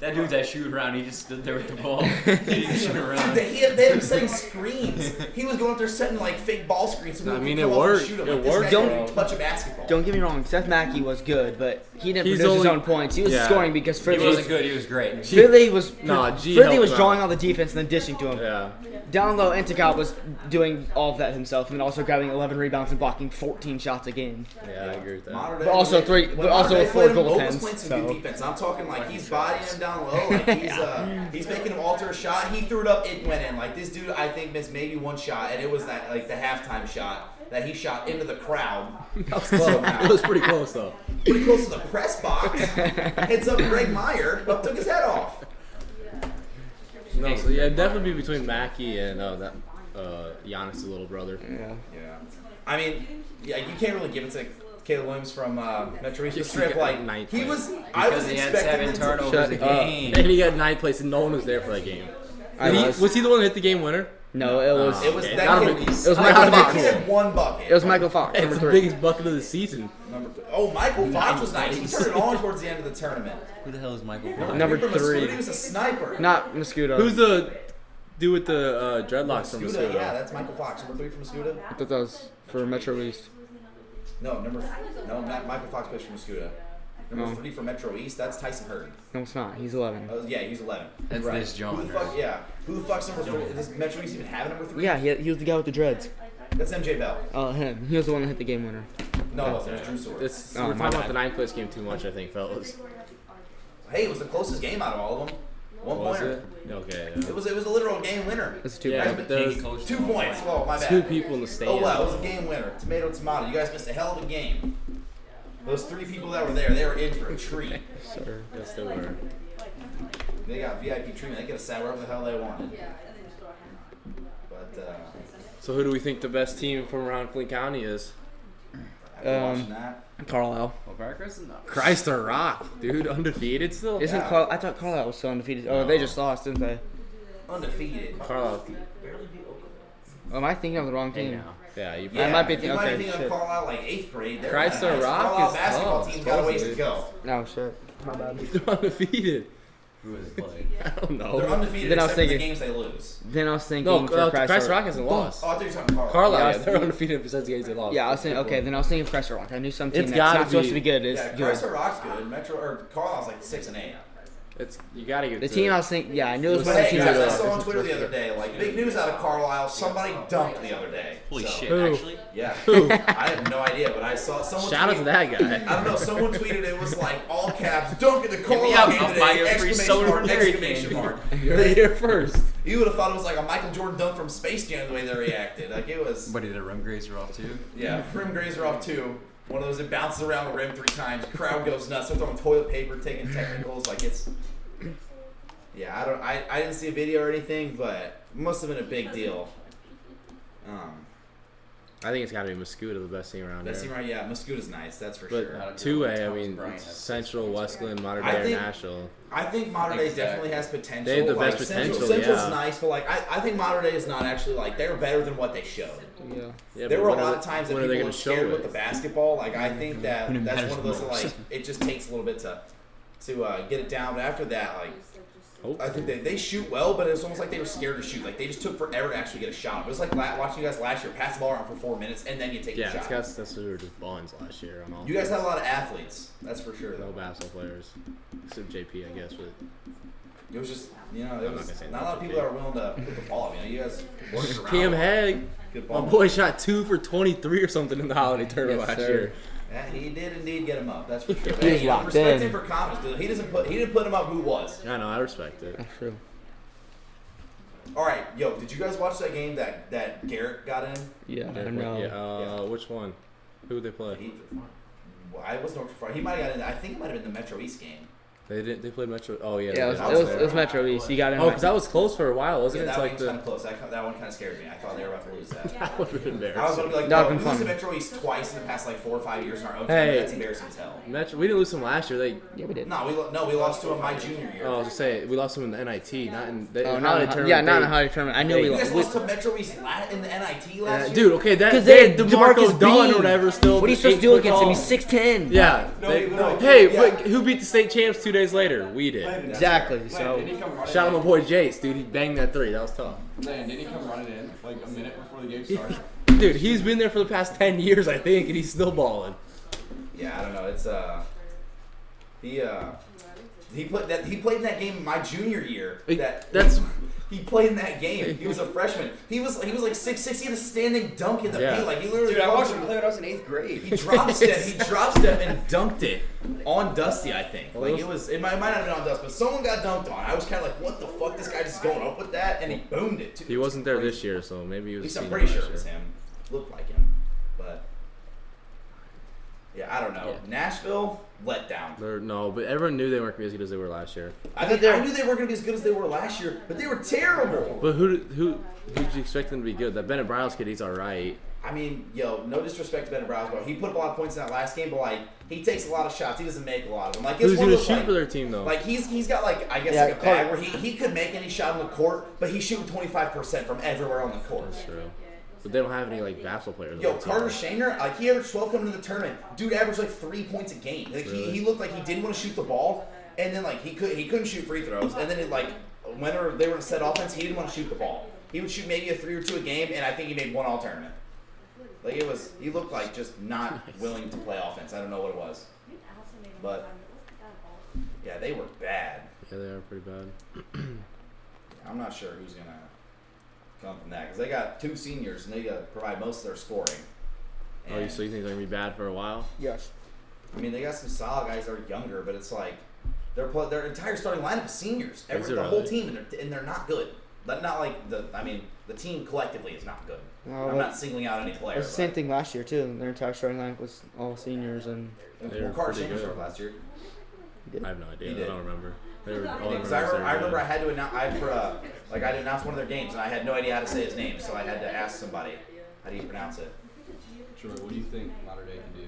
[SPEAKER 6] That dude's that shoot around, he just stood there with
[SPEAKER 4] *laughs*
[SPEAKER 6] the ball. he didn't shoot
[SPEAKER 1] Dude,
[SPEAKER 6] around.
[SPEAKER 1] they, he had, they had him setting screens. He was going up there setting like fake ball screens. So people
[SPEAKER 2] I mean, it
[SPEAKER 1] could come up and
[SPEAKER 2] worked.
[SPEAKER 1] shoot him.
[SPEAKER 2] It
[SPEAKER 1] Like, this
[SPEAKER 2] worked,
[SPEAKER 1] guy
[SPEAKER 5] though.
[SPEAKER 1] Don't touch a basketball.
[SPEAKER 5] Don't get me wrong. Seth Mackey was good, but he didn't
[SPEAKER 2] He's
[SPEAKER 5] produce his
[SPEAKER 2] only-
[SPEAKER 5] own points. He was
[SPEAKER 2] yeah.
[SPEAKER 5] scoring because
[SPEAKER 6] He
[SPEAKER 5] Fridley was,
[SPEAKER 6] wasn't good, he was great.
[SPEAKER 5] Fridley was
[SPEAKER 10] Nah, G
[SPEAKER 5] Fridley
[SPEAKER 10] helped
[SPEAKER 5] was
[SPEAKER 10] him
[SPEAKER 5] drawing
[SPEAKER 10] out.
[SPEAKER 5] all the defense and then dishing to him.
[SPEAKER 10] Yeah.
[SPEAKER 5] Down low, Enticott was doing all of that himself, and then also grabbing 11 rebounds and blocking 14 shots a game.
[SPEAKER 10] Yeah, I agree with that.
[SPEAKER 1] Modern *laughs*
[SPEAKER 5] But also three- but also
[SPEAKER 1] Modern
[SPEAKER 5] four
[SPEAKER 1] played him, Lopez
[SPEAKER 5] goaltends,
[SPEAKER 1] played some
[SPEAKER 5] so.
[SPEAKER 1] good defense. I'm talking like he's bodying him down low. Like he's uh, he's making him alter a shot. He threw it up. It went in. Like this dude, I think missed maybe one shot, and it was that like the halftime shot that he shot into the crowd. That was
[SPEAKER 10] it was pretty close though.
[SPEAKER 1] pretty close to the press box. Heads up, Greg Meyer. Up took his head off.
[SPEAKER 10] No, so yeah, it'd definitely be between Mackey and uh, that uh, Giannis' little brother.
[SPEAKER 5] Yeah.
[SPEAKER 1] Yeah. I mean, yeah, you can't really give it to Caleb Williams from uh, Metro East
[SPEAKER 10] Just
[SPEAKER 1] Strip.
[SPEAKER 10] he got
[SPEAKER 1] Like
[SPEAKER 10] ninth
[SPEAKER 1] he
[SPEAKER 10] place.
[SPEAKER 1] was, I
[SPEAKER 6] Because
[SPEAKER 1] was
[SPEAKER 6] he had
[SPEAKER 1] expecting
[SPEAKER 6] seven
[SPEAKER 1] him to.
[SPEAKER 6] turnovers a
[SPEAKER 10] up.
[SPEAKER 6] game.
[SPEAKER 10] And he got ninth place, and no one was there for that game.
[SPEAKER 5] I
[SPEAKER 10] Did he-
[SPEAKER 5] was.
[SPEAKER 10] was he the one who hit the game winner?
[SPEAKER 5] No, it was
[SPEAKER 1] It was
[SPEAKER 10] Okay,
[SPEAKER 1] that
[SPEAKER 10] not a
[SPEAKER 1] kid.
[SPEAKER 10] big-
[SPEAKER 1] was
[SPEAKER 5] it was
[SPEAKER 1] not
[SPEAKER 5] Michael
[SPEAKER 1] a big
[SPEAKER 5] Fox.
[SPEAKER 1] kid, one bucket.
[SPEAKER 5] it was Michael Fox,
[SPEAKER 10] It's
[SPEAKER 5] number
[SPEAKER 10] the
[SPEAKER 5] three.
[SPEAKER 10] biggest bucket of the season.
[SPEAKER 1] Number th- oh, Michael Fox was nice. He turned it on towards the end of the tournament.
[SPEAKER 6] Who the hell is Michael?
[SPEAKER 5] Number
[SPEAKER 1] He was from a
[SPEAKER 5] three.
[SPEAKER 1] school- He was a sniper.
[SPEAKER 5] Not Mosquito.
[SPEAKER 10] Who's the dude with the uh, dreadlocks from the
[SPEAKER 1] Scuda, yeah,
[SPEAKER 10] studio?
[SPEAKER 1] that's Michael Fox. Number three from Scuda?
[SPEAKER 5] I thought that was for Metro East.
[SPEAKER 1] No, number no, not Michael Fox pitched from Scuda. Number
[SPEAKER 5] No.
[SPEAKER 1] three from Metro East. That's Tyson Hurd.
[SPEAKER 5] No, it's not. He's 11.
[SPEAKER 1] Oh, yeah, he's eleven.
[SPEAKER 6] That's this
[SPEAKER 1] Who
[SPEAKER 6] John.
[SPEAKER 1] the fuck? Yeah. Who the fuck's number three? Does Metro East even have a number three?
[SPEAKER 5] Yeah, he, he was the guy with the dreads.
[SPEAKER 1] That's MJ Bell.
[SPEAKER 5] Oh, him. He was the one that hit the game winner.
[SPEAKER 1] No, it wasn't. It was Drew Sword.
[SPEAKER 10] This,
[SPEAKER 5] Oh,
[SPEAKER 10] we're
[SPEAKER 5] my
[SPEAKER 10] talking about
[SPEAKER 5] bad.
[SPEAKER 10] the ninth place game too much, I think, fellas.
[SPEAKER 1] Hey, it was the closest game out of all of them. One
[SPEAKER 10] Was
[SPEAKER 1] pointer.
[SPEAKER 10] it? Okay.
[SPEAKER 1] Oh, It? was it was a literal game winner.
[SPEAKER 5] That's two.
[SPEAKER 10] Yeah, but there's
[SPEAKER 1] Two points. Whoa, my bad.
[SPEAKER 10] two people in the stand.
[SPEAKER 1] Oh wow, it was a game winner. Tomato tomato. You guys missed a hell of a game. Those three people that were there, they were in for a
[SPEAKER 5] *laughs*
[SPEAKER 1] treat.
[SPEAKER 10] Sir, yes, they were.
[SPEAKER 1] They got VIP treatment. They could have sat wherever the hell they wanted. But uh,
[SPEAKER 10] So who do we think the best team from around Clean County is?
[SPEAKER 1] after
[SPEAKER 5] Um,
[SPEAKER 1] watching that,
[SPEAKER 5] Carlisle.
[SPEAKER 6] Oh,
[SPEAKER 10] Christ the Rock, dude, undefeated still.
[SPEAKER 5] Isn't
[SPEAKER 1] Yeah.
[SPEAKER 5] Carl? I thought Carlisle was still undefeated. Oh, they just lost, didn't they?
[SPEAKER 1] undefeated.
[SPEAKER 10] Carlisle.
[SPEAKER 5] Oh, am I thinking of the wrong
[SPEAKER 10] Hey
[SPEAKER 5] team?
[SPEAKER 10] now. Yeah, you
[SPEAKER 4] *laughs*
[SPEAKER 1] Yeah,
[SPEAKER 5] might be
[SPEAKER 1] you
[SPEAKER 5] thinking-
[SPEAKER 1] might be
[SPEAKER 5] okay,
[SPEAKER 1] thinking of
[SPEAKER 5] shit.
[SPEAKER 1] Carlisle like eighth grade. They're
[SPEAKER 10] Christ, the
[SPEAKER 1] nice.
[SPEAKER 10] Rock
[SPEAKER 1] Carlisle
[SPEAKER 10] is
[SPEAKER 1] basketball
[SPEAKER 10] tough.
[SPEAKER 1] team's got a ways to
[SPEAKER 10] Tough,
[SPEAKER 1] go.
[SPEAKER 5] No shit.
[SPEAKER 10] They're undefeated.
[SPEAKER 6] Who is playing?
[SPEAKER 10] I don't know.
[SPEAKER 1] They're undefeated
[SPEAKER 5] Oh, Then I
[SPEAKER 1] except
[SPEAKER 5] was
[SPEAKER 1] for the
[SPEAKER 5] thinking-
[SPEAKER 1] games they lose.
[SPEAKER 5] Then I was thinking
[SPEAKER 10] No,
[SPEAKER 5] for
[SPEAKER 10] uh,
[SPEAKER 5] Christ,
[SPEAKER 10] Christ
[SPEAKER 5] the
[SPEAKER 10] Rock hasn't lost.
[SPEAKER 1] Oh, I thought you were talking Carlisle.
[SPEAKER 10] Carlisle,
[SPEAKER 5] Yeah,
[SPEAKER 10] they're undefeated besides the games they lost.
[SPEAKER 5] Yeah, I was saying okay. Then I was thinking of Christ Rock. I knew some team
[SPEAKER 10] It's
[SPEAKER 5] that's
[SPEAKER 10] gotta
[SPEAKER 5] not supposed
[SPEAKER 10] be-
[SPEAKER 5] to be good is
[SPEAKER 1] Yeah,
[SPEAKER 5] good.
[SPEAKER 1] Chrysler Rock's good. Metro or Carlisle's like six and eight.
[SPEAKER 11] It's you gotta give it
[SPEAKER 5] The
[SPEAKER 11] to
[SPEAKER 5] team I was thinking, yeah, I knew it was
[SPEAKER 1] But
[SPEAKER 5] one of the
[SPEAKER 1] hey,
[SPEAKER 5] teams.
[SPEAKER 1] guys,
[SPEAKER 5] I
[SPEAKER 1] I
[SPEAKER 5] was-
[SPEAKER 1] saw
[SPEAKER 4] uh,
[SPEAKER 1] on Twitter the other day, like big news out of Carlisle. Somebody dumped the other day.
[SPEAKER 9] Holy
[SPEAKER 1] So,
[SPEAKER 9] shit,
[SPEAKER 4] Who?
[SPEAKER 9] actually?
[SPEAKER 4] *laughs*
[SPEAKER 1] Yeah, I have no idea, but I saw someone.
[SPEAKER 4] Shout out to
[SPEAKER 1] tweet-
[SPEAKER 4] that guy.
[SPEAKER 1] I don't know. Someone tweeted it was like all caps. Don't get the
[SPEAKER 9] me
[SPEAKER 1] Carlisle
[SPEAKER 9] up,
[SPEAKER 1] game
[SPEAKER 9] I'll buy
[SPEAKER 1] today!
[SPEAKER 9] you a free
[SPEAKER 1] Exclamation
[SPEAKER 9] soda
[SPEAKER 1] mark!
[SPEAKER 9] *laughs* from Dairy
[SPEAKER 1] Exclamation *laughs*
[SPEAKER 4] *laughs*
[SPEAKER 9] Queen."
[SPEAKER 1] mark!
[SPEAKER 11] You're here first.
[SPEAKER 1] You would have thought it was like a Michael Jordan dunk from Space Jam the way they reacted. Like it was.
[SPEAKER 9] Buddy, the rim grades are off too.
[SPEAKER 1] Yeah, rim grazer off two. One of those that bounces around the rim three times. Crowd goes nuts. They're throwing toilet paper, taking technicals. Like it's. Yeah, I don't. I, I didn't see a video or anything, but it must have been a big deal. Um,
[SPEAKER 4] I think it's got to be Mosquito, the best team around
[SPEAKER 1] that seemed
[SPEAKER 4] here.
[SPEAKER 1] right. Yeah, Muscuta's nice. That's for sure.
[SPEAKER 4] But uh, two A, I mean Central, Westland, Modern
[SPEAKER 1] I
[SPEAKER 4] Day,
[SPEAKER 1] think-
[SPEAKER 4] Nashville.
[SPEAKER 1] I think modern day
[SPEAKER 12] Exactly.
[SPEAKER 1] definitely has potential.
[SPEAKER 4] They have the
[SPEAKER 1] like,
[SPEAKER 4] best
[SPEAKER 1] Central,
[SPEAKER 4] potential,
[SPEAKER 1] Central's
[SPEAKER 4] yeah.
[SPEAKER 1] nice, but like I, I think modern day is not actually like they're better than what they showed.
[SPEAKER 5] Yeah.
[SPEAKER 4] Yeah,
[SPEAKER 1] there
[SPEAKER 4] but
[SPEAKER 1] were a
[SPEAKER 4] when are
[SPEAKER 1] lot
[SPEAKER 4] they-
[SPEAKER 1] of times that
[SPEAKER 4] when
[SPEAKER 1] people
[SPEAKER 4] are they
[SPEAKER 1] were
[SPEAKER 4] gonna
[SPEAKER 1] scared
[SPEAKER 4] show
[SPEAKER 1] with
[SPEAKER 4] it?
[SPEAKER 1] the basketball. Like I
[SPEAKER 4] Mm-hmm.
[SPEAKER 1] think that
[SPEAKER 9] When it
[SPEAKER 1] that's
[SPEAKER 9] matters
[SPEAKER 1] one of those that,
[SPEAKER 9] most.
[SPEAKER 1] like it just takes a little bit to to uh, get it down. But after that, like
[SPEAKER 4] Oh.
[SPEAKER 1] I think they, they shoot well, but it's almost like they were scared to shoot. Like they just took forever to actually get a shot. It was like la- watching you guys last year pass the ball around for four minutes and then you take
[SPEAKER 4] Yeah,
[SPEAKER 1] the
[SPEAKER 4] it's
[SPEAKER 1] shot.
[SPEAKER 4] got that's we were just buns last year on all.
[SPEAKER 1] you guys have a lot of athletes, that's for sure.
[SPEAKER 4] no
[SPEAKER 1] Though
[SPEAKER 4] basketball players except JP, I guess. But
[SPEAKER 1] it was just you know it
[SPEAKER 4] I'm not gonna
[SPEAKER 1] was
[SPEAKER 4] say
[SPEAKER 1] not a lot of people that are willing to put the ball. up, You know, you guys worked around.
[SPEAKER 4] Cam Hag,
[SPEAKER 1] good
[SPEAKER 4] my
[SPEAKER 1] ball.
[SPEAKER 4] boy shot two for twenty three or something in the holiday tournament
[SPEAKER 5] Yes,
[SPEAKER 4] last
[SPEAKER 5] sir.
[SPEAKER 4] year.
[SPEAKER 1] Yeah, he did indeed get him up. That's
[SPEAKER 4] *laughs*
[SPEAKER 1] for sure.
[SPEAKER 5] was
[SPEAKER 1] Hey, you know,
[SPEAKER 5] locked
[SPEAKER 1] respect
[SPEAKER 5] in.
[SPEAKER 1] him for comments. dude. He doesn't put he didn't put him up. Who was?
[SPEAKER 4] I know, I respect it.
[SPEAKER 5] That's true.
[SPEAKER 1] All right, yo, did you guys watch that game that that Garrett got in?
[SPEAKER 5] Yeah, I
[SPEAKER 4] Yeah,
[SPEAKER 5] know.
[SPEAKER 4] uh, which one? Who would they play?
[SPEAKER 1] He, well, I was North Carolina. He might have got in. I think it might have been the Metro East game.
[SPEAKER 4] They didn't. They played Metro. Oh yeah.
[SPEAKER 5] Yeah, it
[SPEAKER 4] they
[SPEAKER 5] was,
[SPEAKER 4] did.
[SPEAKER 5] it was, it was Metro East. You got him.
[SPEAKER 4] oh, because that was close for a while,
[SPEAKER 1] Yeah,
[SPEAKER 4] wasn't it?
[SPEAKER 1] that
[SPEAKER 4] It's
[SPEAKER 1] one
[SPEAKER 4] like
[SPEAKER 1] was kind
[SPEAKER 4] the
[SPEAKER 1] of close. I, that one kind of scared me. I thought they were about to lose that.
[SPEAKER 4] *laughs* that would have been
[SPEAKER 1] I was
[SPEAKER 4] embarrassing.
[SPEAKER 1] going to be like, no,
[SPEAKER 5] That would've
[SPEAKER 1] we
[SPEAKER 5] been
[SPEAKER 1] lose to
[SPEAKER 5] fun.
[SPEAKER 1] Metro East twice in the past like four or five years in our own
[SPEAKER 4] Hey.
[SPEAKER 1] team. That's embarrassing as hell.
[SPEAKER 4] Metro. We didn't lose them last year. They.
[SPEAKER 5] yeah, we did.
[SPEAKER 1] No, we lo- no, we lost to him my junior year.
[SPEAKER 4] Oh, I was just saying, we lost them in the NIT, not in the
[SPEAKER 5] Oh,
[SPEAKER 4] in
[SPEAKER 5] not
[SPEAKER 4] holiday
[SPEAKER 5] in the,
[SPEAKER 4] tournament.
[SPEAKER 5] yeah, not in
[SPEAKER 4] they-
[SPEAKER 5] a holiday tournament. I knew we
[SPEAKER 1] you guys
[SPEAKER 5] lost.
[SPEAKER 1] lost to Metro East la- in the NIT
[SPEAKER 4] Yeah,
[SPEAKER 1] last year.
[SPEAKER 4] dude, okay, that
[SPEAKER 5] Because
[SPEAKER 4] they
[SPEAKER 5] they
[SPEAKER 4] had
[SPEAKER 5] had
[SPEAKER 4] DeMarco
[SPEAKER 5] DeMarcus
[SPEAKER 4] Dunn or
[SPEAKER 5] Bean.
[SPEAKER 4] whatever still.
[SPEAKER 5] What are you
[SPEAKER 4] was
[SPEAKER 5] supposed
[SPEAKER 4] eight
[SPEAKER 5] to do
[SPEAKER 4] foot
[SPEAKER 5] against him?
[SPEAKER 4] long.
[SPEAKER 5] He's six ten.
[SPEAKER 4] Yeah.
[SPEAKER 6] No,
[SPEAKER 4] they-
[SPEAKER 6] no,
[SPEAKER 4] hey,
[SPEAKER 1] yeah.
[SPEAKER 4] but who beat the state champs two days later? We did.
[SPEAKER 6] Landon,
[SPEAKER 5] Exactly.
[SPEAKER 6] Landon,
[SPEAKER 5] So
[SPEAKER 6] didn't he come running
[SPEAKER 4] Shout out
[SPEAKER 6] in?
[SPEAKER 4] my boy Jace, dude. He banged that three. That was tough.
[SPEAKER 6] Landon, didn't he come running in like a minute before the game started?
[SPEAKER 4] Dude, he's been there for the past ten years, I think, and he's still balling.
[SPEAKER 1] Yeah, I don't know. It's uh, he uh, he put that he played in that game my junior year.
[SPEAKER 4] Hey,
[SPEAKER 1] That
[SPEAKER 4] that's-
[SPEAKER 1] *laughs* he played in that game. He was a freshman. He was he was like six six. He had a standing dunk in the
[SPEAKER 4] Yeah.
[SPEAKER 1] paint. Like he literally.
[SPEAKER 12] Dude, I
[SPEAKER 1] dunked
[SPEAKER 12] watched
[SPEAKER 1] it.
[SPEAKER 12] him play when I was in eighth grade.
[SPEAKER 1] He drop step.
[SPEAKER 4] *laughs*
[SPEAKER 1] He drop step and dunked it on Dusty. I think. Like it was. It might, it might not have been on Dust, but someone got dunked on. I was kind of like, what the fuck? This guy just going up with that, and he boomed it. Too.
[SPEAKER 4] He wasn't there this year, so maybe he
[SPEAKER 1] At
[SPEAKER 4] was.
[SPEAKER 1] least
[SPEAKER 4] a
[SPEAKER 1] I'm
[SPEAKER 4] senior
[SPEAKER 1] pretty sure
[SPEAKER 4] last
[SPEAKER 1] it was
[SPEAKER 4] year.
[SPEAKER 1] him. Looked like him, but yeah, I don't know. Nashville let down.
[SPEAKER 4] They're- no, but everyone knew they weren't gonna be as good as they were last year.
[SPEAKER 1] I,
[SPEAKER 5] I
[SPEAKER 1] mean,
[SPEAKER 5] thought they
[SPEAKER 1] I
[SPEAKER 5] were-
[SPEAKER 1] knew they weren't going to be as good as they were last year, but they were terrible.
[SPEAKER 4] But who did- who who did you expect them to be good? That Bennett Bryles kid, he's all right.
[SPEAKER 1] I mean, yo, no disrespect to Ben Browse, but he put up a lot of points in that last game. But like, he takes a lot of shots. He doesn't make a lot of them. Like, it's
[SPEAKER 4] Who's
[SPEAKER 1] one
[SPEAKER 4] gonna
[SPEAKER 1] of those,
[SPEAKER 4] shoot
[SPEAKER 1] like,
[SPEAKER 4] for their team though?
[SPEAKER 1] like he's he's got like I guess
[SPEAKER 5] Yeah,
[SPEAKER 1] like a bag
[SPEAKER 5] Carter-
[SPEAKER 1] where he, he could make any shot on the court, but he's shooting twenty five percent from everywhere on the court.
[SPEAKER 4] That's true. But they don't have any like basketball players. on
[SPEAKER 1] Yo,
[SPEAKER 4] their team.
[SPEAKER 1] Carter Shaner, like he averaged 12 coming into the tournament. Dude averaged like three points a game. Like he, he looked like he didn't want to shoot the ball, and then like he could he couldn't shoot free throws, and then it, like whenever they were in set offense, he didn't want to shoot the ball. He would shoot maybe a three or two a game, and I think he made one all tournament. Like it was, he looked like just
[SPEAKER 4] *laughs*
[SPEAKER 1] not willing to play offense. I don't know what it was, but yeah, they were bad.
[SPEAKER 4] Yeah, they are pretty bad. Oh,
[SPEAKER 1] I'm not sure who's gonna come from that because they got two seniors and they gotta provide most of their scoring.
[SPEAKER 4] Oh, you
[SPEAKER 1] And-
[SPEAKER 4] so you think they're gonna be bad for a while?
[SPEAKER 5] yes,
[SPEAKER 1] I mean, they got some solid guys that are younger, but it's like their pl- their entire starting lineup is seniors. Every,
[SPEAKER 4] it
[SPEAKER 1] the whole
[SPEAKER 4] really?
[SPEAKER 1] team, and they're, and they're not good. But not like the. I mean, the team collectively is not good.
[SPEAKER 5] No,
[SPEAKER 1] I'm
[SPEAKER 5] that-
[SPEAKER 1] not singling out any player.
[SPEAKER 5] it's the same
[SPEAKER 1] but-
[SPEAKER 5] thing last year too. Their entire starting lineup was all seniors, and
[SPEAKER 4] They were
[SPEAKER 1] Well, Carter
[SPEAKER 4] pretty
[SPEAKER 1] Sanders
[SPEAKER 4] good.
[SPEAKER 1] started last year.
[SPEAKER 4] I have no idea.
[SPEAKER 1] He did.
[SPEAKER 4] I don't remember. They were, all I remember
[SPEAKER 1] Because
[SPEAKER 4] is
[SPEAKER 1] I,
[SPEAKER 4] they
[SPEAKER 1] remember,
[SPEAKER 4] were
[SPEAKER 1] I remember I
[SPEAKER 4] bad.
[SPEAKER 1] had to announce. I uh, like I announced one of their games, and I had no idea how to say his name, so I had to ask somebody, "How do you pronounce it?"
[SPEAKER 6] Troy, what do you think modern day can do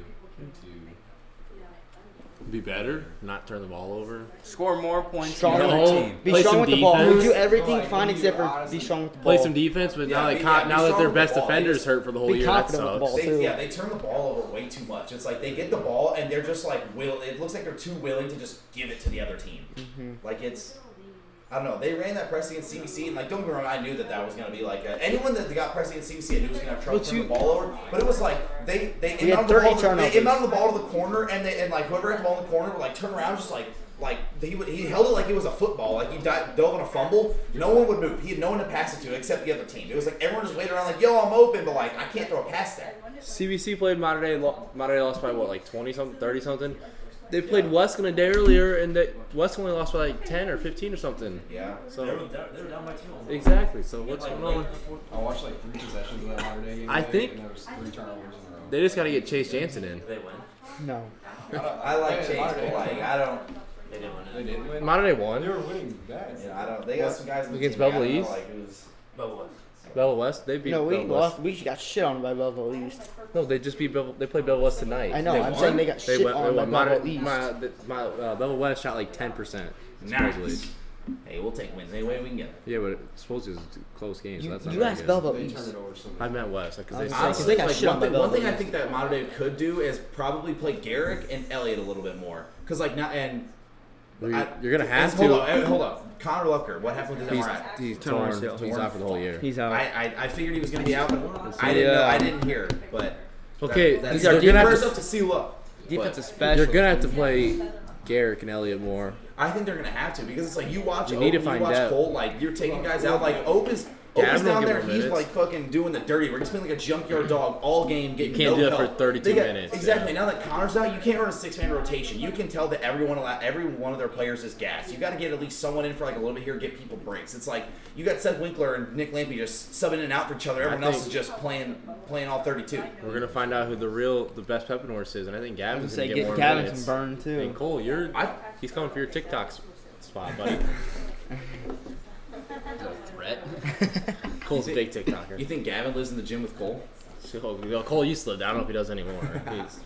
[SPEAKER 4] be better, not turn the ball over.
[SPEAKER 9] Score more points
[SPEAKER 5] Strong
[SPEAKER 9] than the
[SPEAKER 4] with
[SPEAKER 9] other
[SPEAKER 4] the-
[SPEAKER 9] team.
[SPEAKER 5] be
[SPEAKER 4] Play
[SPEAKER 5] strong
[SPEAKER 4] some
[SPEAKER 5] with the ball.
[SPEAKER 4] defense.
[SPEAKER 5] Do everything
[SPEAKER 6] Like,
[SPEAKER 5] fine
[SPEAKER 6] you
[SPEAKER 5] except for
[SPEAKER 6] honestly-
[SPEAKER 5] be strong with the ball.
[SPEAKER 4] Play some defense, but
[SPEAKER 1] Yeah,
[SPEAKER 4] now
[SPEAKER 1] be-
[SPEAKER 4] they
[SPEAKER 1] yeah,
[SPEAKER 4] caught,
[SPEAKER 1] be
[SPEAKER 4] now that
[SPEAKER 1] strong
[SPEAKER 4] their
[SPEAKER 1] with the
[SPEAKER 4] best
[SPEAKER 1] ball.
[SPEAKER 4] defenders
[SPEAKER 1] Just
[SPEAKER 4] hurt for the whole
[SPEAKER 5] be
[SPEAKER 4] year. That
[SPEAKER 5] confident with the
[SPEAKER 4] sucks.
[SPEAKER 5] ball.
[SPEAKER 1] They,
[SPEAKER 5] too.
[SPEAKER 1] yeah, they turn the ball over way too much. It's like they get the ball and they're just like will. It looks like they're too willing to just give it to the other team.
[SPEAKER 5] Mm-hmm.
[SPEAKER 1] Like it's, I don't know. They ran that press against CBC and like don't get me wrong, I knew that that was gonna be like a, anyone that got press against CBC, I knew was gonna have trouble
[SPEAKER 5] But
[SPEAKER 1] turning
[SPEAKER 5] you-
[SPEAKER 1] the ball over. But it was like they they
[SPEAKER 5] We had
[SPEAKER 1] inbounded the
[SPEAKER 5] 30
[SPEAKER 1] ball. To, they
[SPEAKER 5] turnovers.
[SPEAKER 1] inbounded the ball to the corner and they and like whoever had the ball in the corner would like turn around just like. like he would, he held it like it was a football. Like he di- dove on a fumble, no one would move. He had no one to pass it to except the other team. It was like everyone just waited around like, "Yo, I'm open," but like I can't throw a pass there.
[SPEAKER 4] CBC played Modern Day. Lo- Modern Day lost by what, like twenty something, thirty something. They played Weston a day earlier, and they, Weston only lost by like ten or fifteen or something.
[SPEAKER 1] Yeah.
[SPEAKER 9] They were,
[SPEAKER 4] So
[SPEAKER 9] down, they were down by two. on one.
[SPEAKER 4] exactly. So what's
[SPEAKER 9] Like,
[SPEAKER 4] going on?
[SPEAKER 9] like, four-
[SPEAKER 7] I watched like three possessions of that modern day game.
[SPEAKER 4] I
[SPEAKER 7] today,
[SPEAKER 4] think-
[SPEAKER 7] and there was three turnovers in a row.
[SPEAKER 4] They just got to get Chase Jansen in.
[SPEAKER 9] They win.
[SPEAKER 5] No.
[SPEAKER 7] I, don't-
[SPEAKER 1] I like
[SPEAKER 7] Yeah,
[SPEAKER 1] Chase,
[SPEAKER 7] modern
[SPEAKER 1] but
[SPEAKER 7] day.
[SPEAKER 1] like I don't.
[SPEAKER 9] They didn't win
[SPEAKER 7] They
[SPEAKER 9] it.
[SPEAKER 7] didn't win.
[SPEAKER 4] Modern Day
[SPEAKER 7] They
[SPEAKER 4] won.
[SPEAKER 7] were winning bad.
[SPEAKER 1] You know, I don't. They got some guys in the
[SPEAKER 4] Against
[SPEAKER 1] team, like, I
[SPEAKER 4] Bubble
[SPEAKER 1] don't know,
[SPEAKER 4] East?
[SPEAKER 1] Like, who's,
[SPEAKER 9] But what?
[SPEAKER 4] Bella West. They beat
[SPEAKER 5] No, we
[SPEAKER 4] Bella
[SPEAKER 5] lost.
[SPEAKER 4] West.
[SPEAKER 5] We got shit on by Buffalo East.
[SPEAKER 4] No, they just beat Bella. They played Bella West tonight.
[SPEAKER 5] I know.
[SPEAKER 4] They
[SPEAKER 5] I'm
[SPEAKER 4] won?
[SPEAKER 5] saying they got
[SPEAKER 4] They
[SPEAKER 5] shit
[SPEAKER 4] went,
[SPEAKER 5] on
[SPEAKER 4] they
[SPEAKER 5] by
[SPEAKER 4] went.
[SPEAKER 5] Buffalo
[SPEAKER 4] Modern,
[SPEAKER 5] East.
[SPEAKER 4] my, the- my, uh, Bella West shot like ten percent. Supposedly.
[SPEAKER 1] hey, we'll take wins any way we can get.
[SPEAKER 4] Yeah, but supposedly it was a close game. So
[SPEAKER 5] you
[SPEAKER 4] that's not
[SPEAKER 5] you
[SPEAKER 4] very
[SPEAKER 5] asked
[SPEAKER 4] good.
[SPEAKER 5] Buffalo
[SPEAKER 7] They
[SPEAKER 5] East.
[SPEAKER 7] turned it over so
[SPEAKER 4] I
[SPEAKER 7] much.
[SPEAKER 4] meant West because they.
[SPEAKER 5] I was
[SPEAKER 4] suck.
[SPEAKER 5] gonna say, 'cause they got shit on
[SPEAKER 1] one,
[SPEAKER 5] by
[SPEAKER 1] thing, one thing I
[SPEAKER 5] Bellevue.
[SPEAKER 1] think that Modern Day could do is probably play Garrick and Elliott a little bit more. Because, like, now, and.
[SPEAKER 4] Well, you-
[SPEAKER 1] I-
[SPEAKER 4] you're gonna have
[SPEAKER 1] hold
[SPEAKER 4] to.
[SPEAKER 1] Up, eh, hold up. Connor Lucker, what happened with his
[SPEAKER 4] He's,
[SPEAKER 1] MRI?
[SPEAKER 4] he's
[SPEAKER 5] Turn on
[SPEAKER 4] torn.
[SPEAKER 5] his heel.
[SPEAKER 4] He's out for the whole year.
[SPEAKER 5] He's
[SPEAKER 1] I,
[SPEAKER 5] out.
[SPEAKER 1] I, I figured he was going to be out, but I
[SPEAKER 4] see.
[SPEAKER 1] didn't know.
[SPEAKER 4] Yeah.
[SPEAKER 1] I didn't hear. But. that-
[SPEAKER 4] Okay,
[SPEAKER 1] that's
[SPEAKER 4] you're
[SPEAKER 1] the
[SPEAKER 4] gonna have
[SPEAKER 1] first
[SPEAKER 4] to-
[SPEAKER 1] up to seal up.
[SPEAKER 5] Defense is
[SPEAKER 4] You're
[SPEAKER 5] special.
[SPEAKER 4] gonna have to play Garrick and Elliott more.
[SPEAKER 1] I think they're gonna have to because it's like you watch
[SPEAKER 4] You
[SPEAKER 1] Open,
[SPEAKER 4] need to
[SPEAKER 1] you
[SPEAKER 4] find
[SPEAKER 1] watch
[SPEAKER 4] out.
[SPEAKER 1] Cole, like you're taking guys out, like Opus.
[SPEAKER 4] Yeah,
[SPEAKER 1] Opus
[SPEAKER 4] I'm not
[SPEAKER 1] down
[SPEAKER 4] giving
[SPEAKER 1] there,
[SPEAKER 4] him
[SPEAKER 1] he's
[SPEAKER 4] minutes.
[SPEAKER 1] like fucking doing the dirty. We're just playing like a junkyard dog all game. Getting
[SPEAKER 4] can't
[SPEAKER 1] no
[SPEAKER 4] do that
[SPEAKER 1] help.
[SPEAKER 4] for 32
[SPEAKER 1] They got-
[SPEAKER 4] minutes,
[SPEAKER 1] Exactly. Now that Connor's out, you can't run a six man rotation. You can tell that everyone allow, every one of their players is gas. You got to get at least someone in for like a little bit here, get people breaks. It's like you got Seth Winkler and Nick Lampy just subbing in and out for each other. Everyone else
[SPEAKER 4] think-
[SPEAKER 1] is just playing playing all 32.
[SPEAKER 4] We're gonna find out who the real, the best Pepin horse is, and I think
[SPEAKER 5] I'm
[SPEAKER 4] Gavin's gonna
[SPEAKER 5] gonna say
[SPEAKER 4] get
[SPEAKER 5] get
[SPEAKER 4] more
[SPEAKER 5] Gavin
[SPEAKER 4] minutes.
[SPEAKER 5] some burn too.
[SPEAKER 4] And Cole, you're
[SPEAKER 1] I-
[SPEAKER 4] he's coming for your TikTok s- spot, buddy.
[SPEAKER 5] *laughs*
[SPEAKER 6] Threat.
[SPEAKER 4] Cole's a big
[SPEAKER 1] You
[SPEAKER 4] *laughs* TikToker.
[SPEAKER 1] think Gavin lives in the gym with Cole?
[SPEAKER 4] Cole, Cole used to live. there. I don't know if he does anymore. He's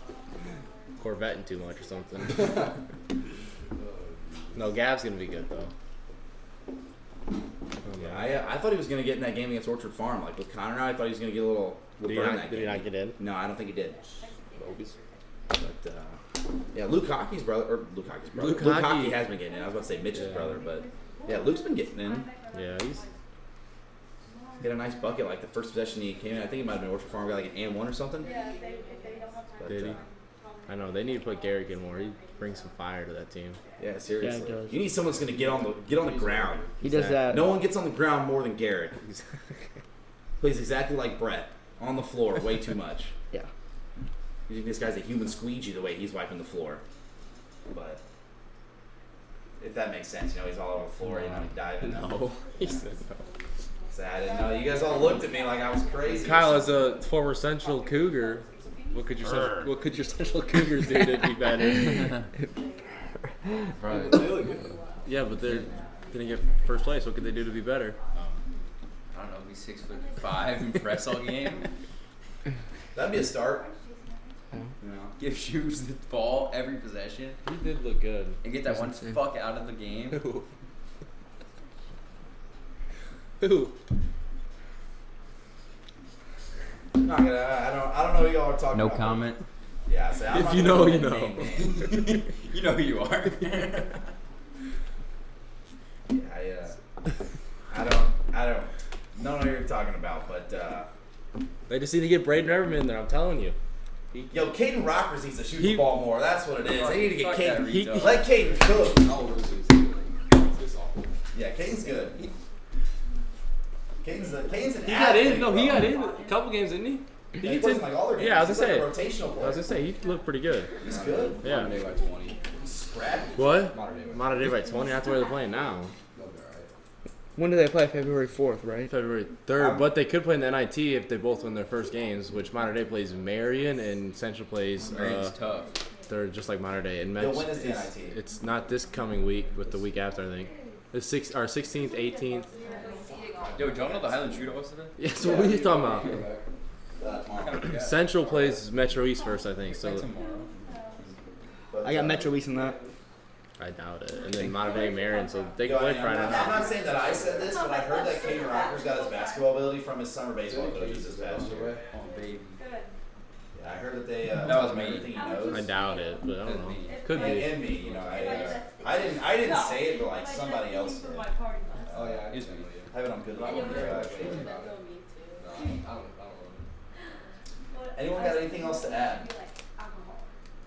[SPEAKER 4] Corvetting too much or something. *laughs* No, Gav's gonna be good though. Oh,
[SPEAKER 1] Yeah, I, uh, I thought he was gonna get in that game against Orchard Farm. Like with Connor, I thought he was gonna get a little.
[SPEAKER 4] Did he
[SPEAKER 1] burn
[SPEAKER 4] not,
[SPEAKER 1] that
[SPEAKER 4] did he
[SPEAKER 1] game.
[SPEAKER 4] not get in?
[SPEAKER 1] No, I don't think he did. But uh, yeah, Luke Hockey's brother or Luke Hockey's brother.
[SPEAKER 4] Luke
[SPEAKER 1] Luke,
[SPEAKER 4] Hockey.
[SPEAKER 1] Hockey. has been getting in. I was about to say Mitch's
[SPEAKER 4] Yeah.
[SPEAKER 1] brother, but yeah, Luke's been getting in.
[SPEAKER 4] Yeah, he's
[SPEAKER 1] He had a nice bucket like the first possession he came in. I think he might have been Orchard Farm got like an and one or something.
[SPEAKER 8] Yeah, if they, if they don't have time.
[SPEAKER 1] But,
[SPEAKER 4] Did he?
[SPEAKER 1] uh,
[SPEAKER 4] I know they need to put Garrick in more. He brings some fire to that team.
[SPEAKER 1] yeah, seriously.
[SPEAKER 5] does.
[SPEAKER 1] you need someone that's gonna get on the get on the ground.
[SPEAKER 5] He does that.
[SPEAKER 1] No one gets on the ground more than
[SPEAKER 4] *laughs*
[SPEAKER 1] Garrett. Plays exactly like Brett on the floor, way too much.
[SPEAKER 5] Yeah.
[SPEAKER 1] You think this guy's a human squeegee the way he's wiping the floor. But if that makes sense, you know, he's all over the floor, you know, diving.
[SPEAKER 4] No, *laughs* he said no.
[SPEAKER 1] So I didn't know. You guys all looked at me like I was crazy.
[SPEAKER 4] Kyle, as a former Central Cougar, what could your central, what could your Central *laughs* Cougars do to be better?
[SPEAKER 7] They look good.
[SPEAKER 4] *laughs* yeah, but they're gonna get first place. What could they do to be better?
[SPEAKER 6] I don't know, be six foot five and press all game.
[SPEAKER 1] That'd be a start. You know.
[SPEAKER 6] Give shoes the ball every possession
[SPEAKER 4] You did look good.
[SPEAKER 6] and get that one fuck out of the game.
[SPEAKER 4] Who?
[SPEAKER 1] I'm not gonna, I don't. I don't know what y'all are talking about. Yeah. So I'm
[SPEAKER 4] If
[SPEAKER 1] not
[SPEAKER 4] you
[SPEAKER 1] gonna
[SPEAKER 4] know,
[SPEAKER 1] put
[SPEAKER 4] you
[SPEAKER 1] that
[SPEAKER 4] know.
[SPEAKER 1] name in.
[SPEAKER 4] *laughs*
[SPEAKER 6] *laughs* you know who you are.
[SPEAKER 1] Yeah, I, uh, I don't, I don't, don't know what you're talking about, but uh,
[SPEAKER 4] They just need to get Braden Everman in there. I'm telling you.
[SPEAKER 1] yo, Caden Rockers needs to shoot
[SPEAKER 4] He-
[SPEAKER 1] the ball more. That's what it is. They need to get
[SPEAKER 6] Fuck that
[SPEAKER 1] Caden.
[SPEAKER 4] He-
[SPEAKER 6] redo.
[SPEAKER 1] Let Caden cook.
[SPEAKER 7] How old is he? It's just awful.
[SPEAKER 1] Yeah, Caden's good. Caden's, a, Caden's an
[SPEAKER 4] He got
[SPEAKER 1] athlete,
[SPEAKER 4] in. No, he
[SPEAKER 1] bro.
[SPEAKER 4] got in a couple games, didn't he?
[SPEAKER 1] Yeah,
[SPEAKER 4] He
[SPEAKER 1] he
[SPEAKER 4] gets
[SPEAKER 1] plays
[SPEAKER 4] in.
[SPEAKER 1] in like all their games.
[SPEAKER 4] Yeah, I was
[SPEAKER 1] He's
[SPEAKER 4] gonna
[SPEAKER 1] like a rotational
[SPEAKER 4] I was
[SPEAKER 1] player.
[SPEAKER 4] gonna say he looked pretty good.
[SPEAKER 1] He's good.
[SPEAKER 4] Yeah.
[SPEAKER 7] Modern day by 20.
[SPEAKER 1] He's scrappy.
[SPEAKER 4] What?
[SPEAKER 7] Modern day by
[SPEAKER 4] Modern day by 20. That's where they're playing now.
[SPEAKER 7] They'll be alright.
[SPEAKER 5] When do they play? February fourth, right?
[SPEAKER 4] February 3rd, but they could play in the NIT if they both win their first games, which Modern Day plays Marion and Central plays.
[SPEAKER 6] Marion's
[SPEAKER 4] Uh,
[SPEAKER 6] tough.
[SPEAKER 4] they're just like Modern Day. And
[SPEAKER 1] Yo,
[SPEAKER 4] Memphis
[SPEAKER 1] when is the
[SPEAKER 4] is-
[SPEAKER 1] NIT?
[SPEAKER 4] It's not this coming week, but the week after, I think. The six, our 16th, 18th.
[SPEAKER 6] Yo, do y'all know the Highland Shootout was today?
[SPEAKER 4] Yeah, so what are you talking about?
[SPEAKER 7] Uh, tomorrow.
[SPEAKER 4] Central plays Metro East first, I think. So
[SPEAKER 6] Tomorrow.
[SPEAKER 1] But,
[SPEAKER 5] I got
[SPEAKER 1] uh,
[SPEAKER 5] Metro East in that.
[SPEAKER 4] I doubt it. And then Modern Day, Marion, so they
[SPEAKER 1] Yo,
[SPEAKER 4] can
[SPEAKER 1] I
[SPEAKER 4] play
[SPEAKER 1] mean, I'm,
[SPEAKER 4] Friday
[SPEAKER 1] not, I'm
[SPEAKER 4] night.
[SPEAKER 1] not saying that I said this, but I heard that Caden Rockers got his basketball ability from his summer baseball coaches this past year.
[SPEAKER 6] Oh, baby.
[SPEAKER 1] Yeah, I heard that they uh,
[SPEAKER 6] That
[SPEAKER 1] taught
[SPEAKER 6] was
[SPEAKER 1] him
[SPEAKER 6] me.
[SPEAKER 1] everything he
[SPEAKER 4] I
[SPEAKER 1] knows.
[SPEAKER 4] doubt it, but I don't know. Could
[SPEAKER 1] And,
[SPEAKER 4] be.
[SPEAKER 1] and me, you know, I, uh, I didn't, I didn't say it, but like somebody else did. I
[SPEAKER 7] Oh, yeah. I
[SPEAKER 6] Is
[SPEAKER 7] can
[SPEAKER 6] he?
[SPEAKER 7] tell you.
[SPEAKER 1] have it on good luck.
[SPEAKER 7] No, I don't, I don't know.
[SPEAKER 1] Anyone got anything else to add?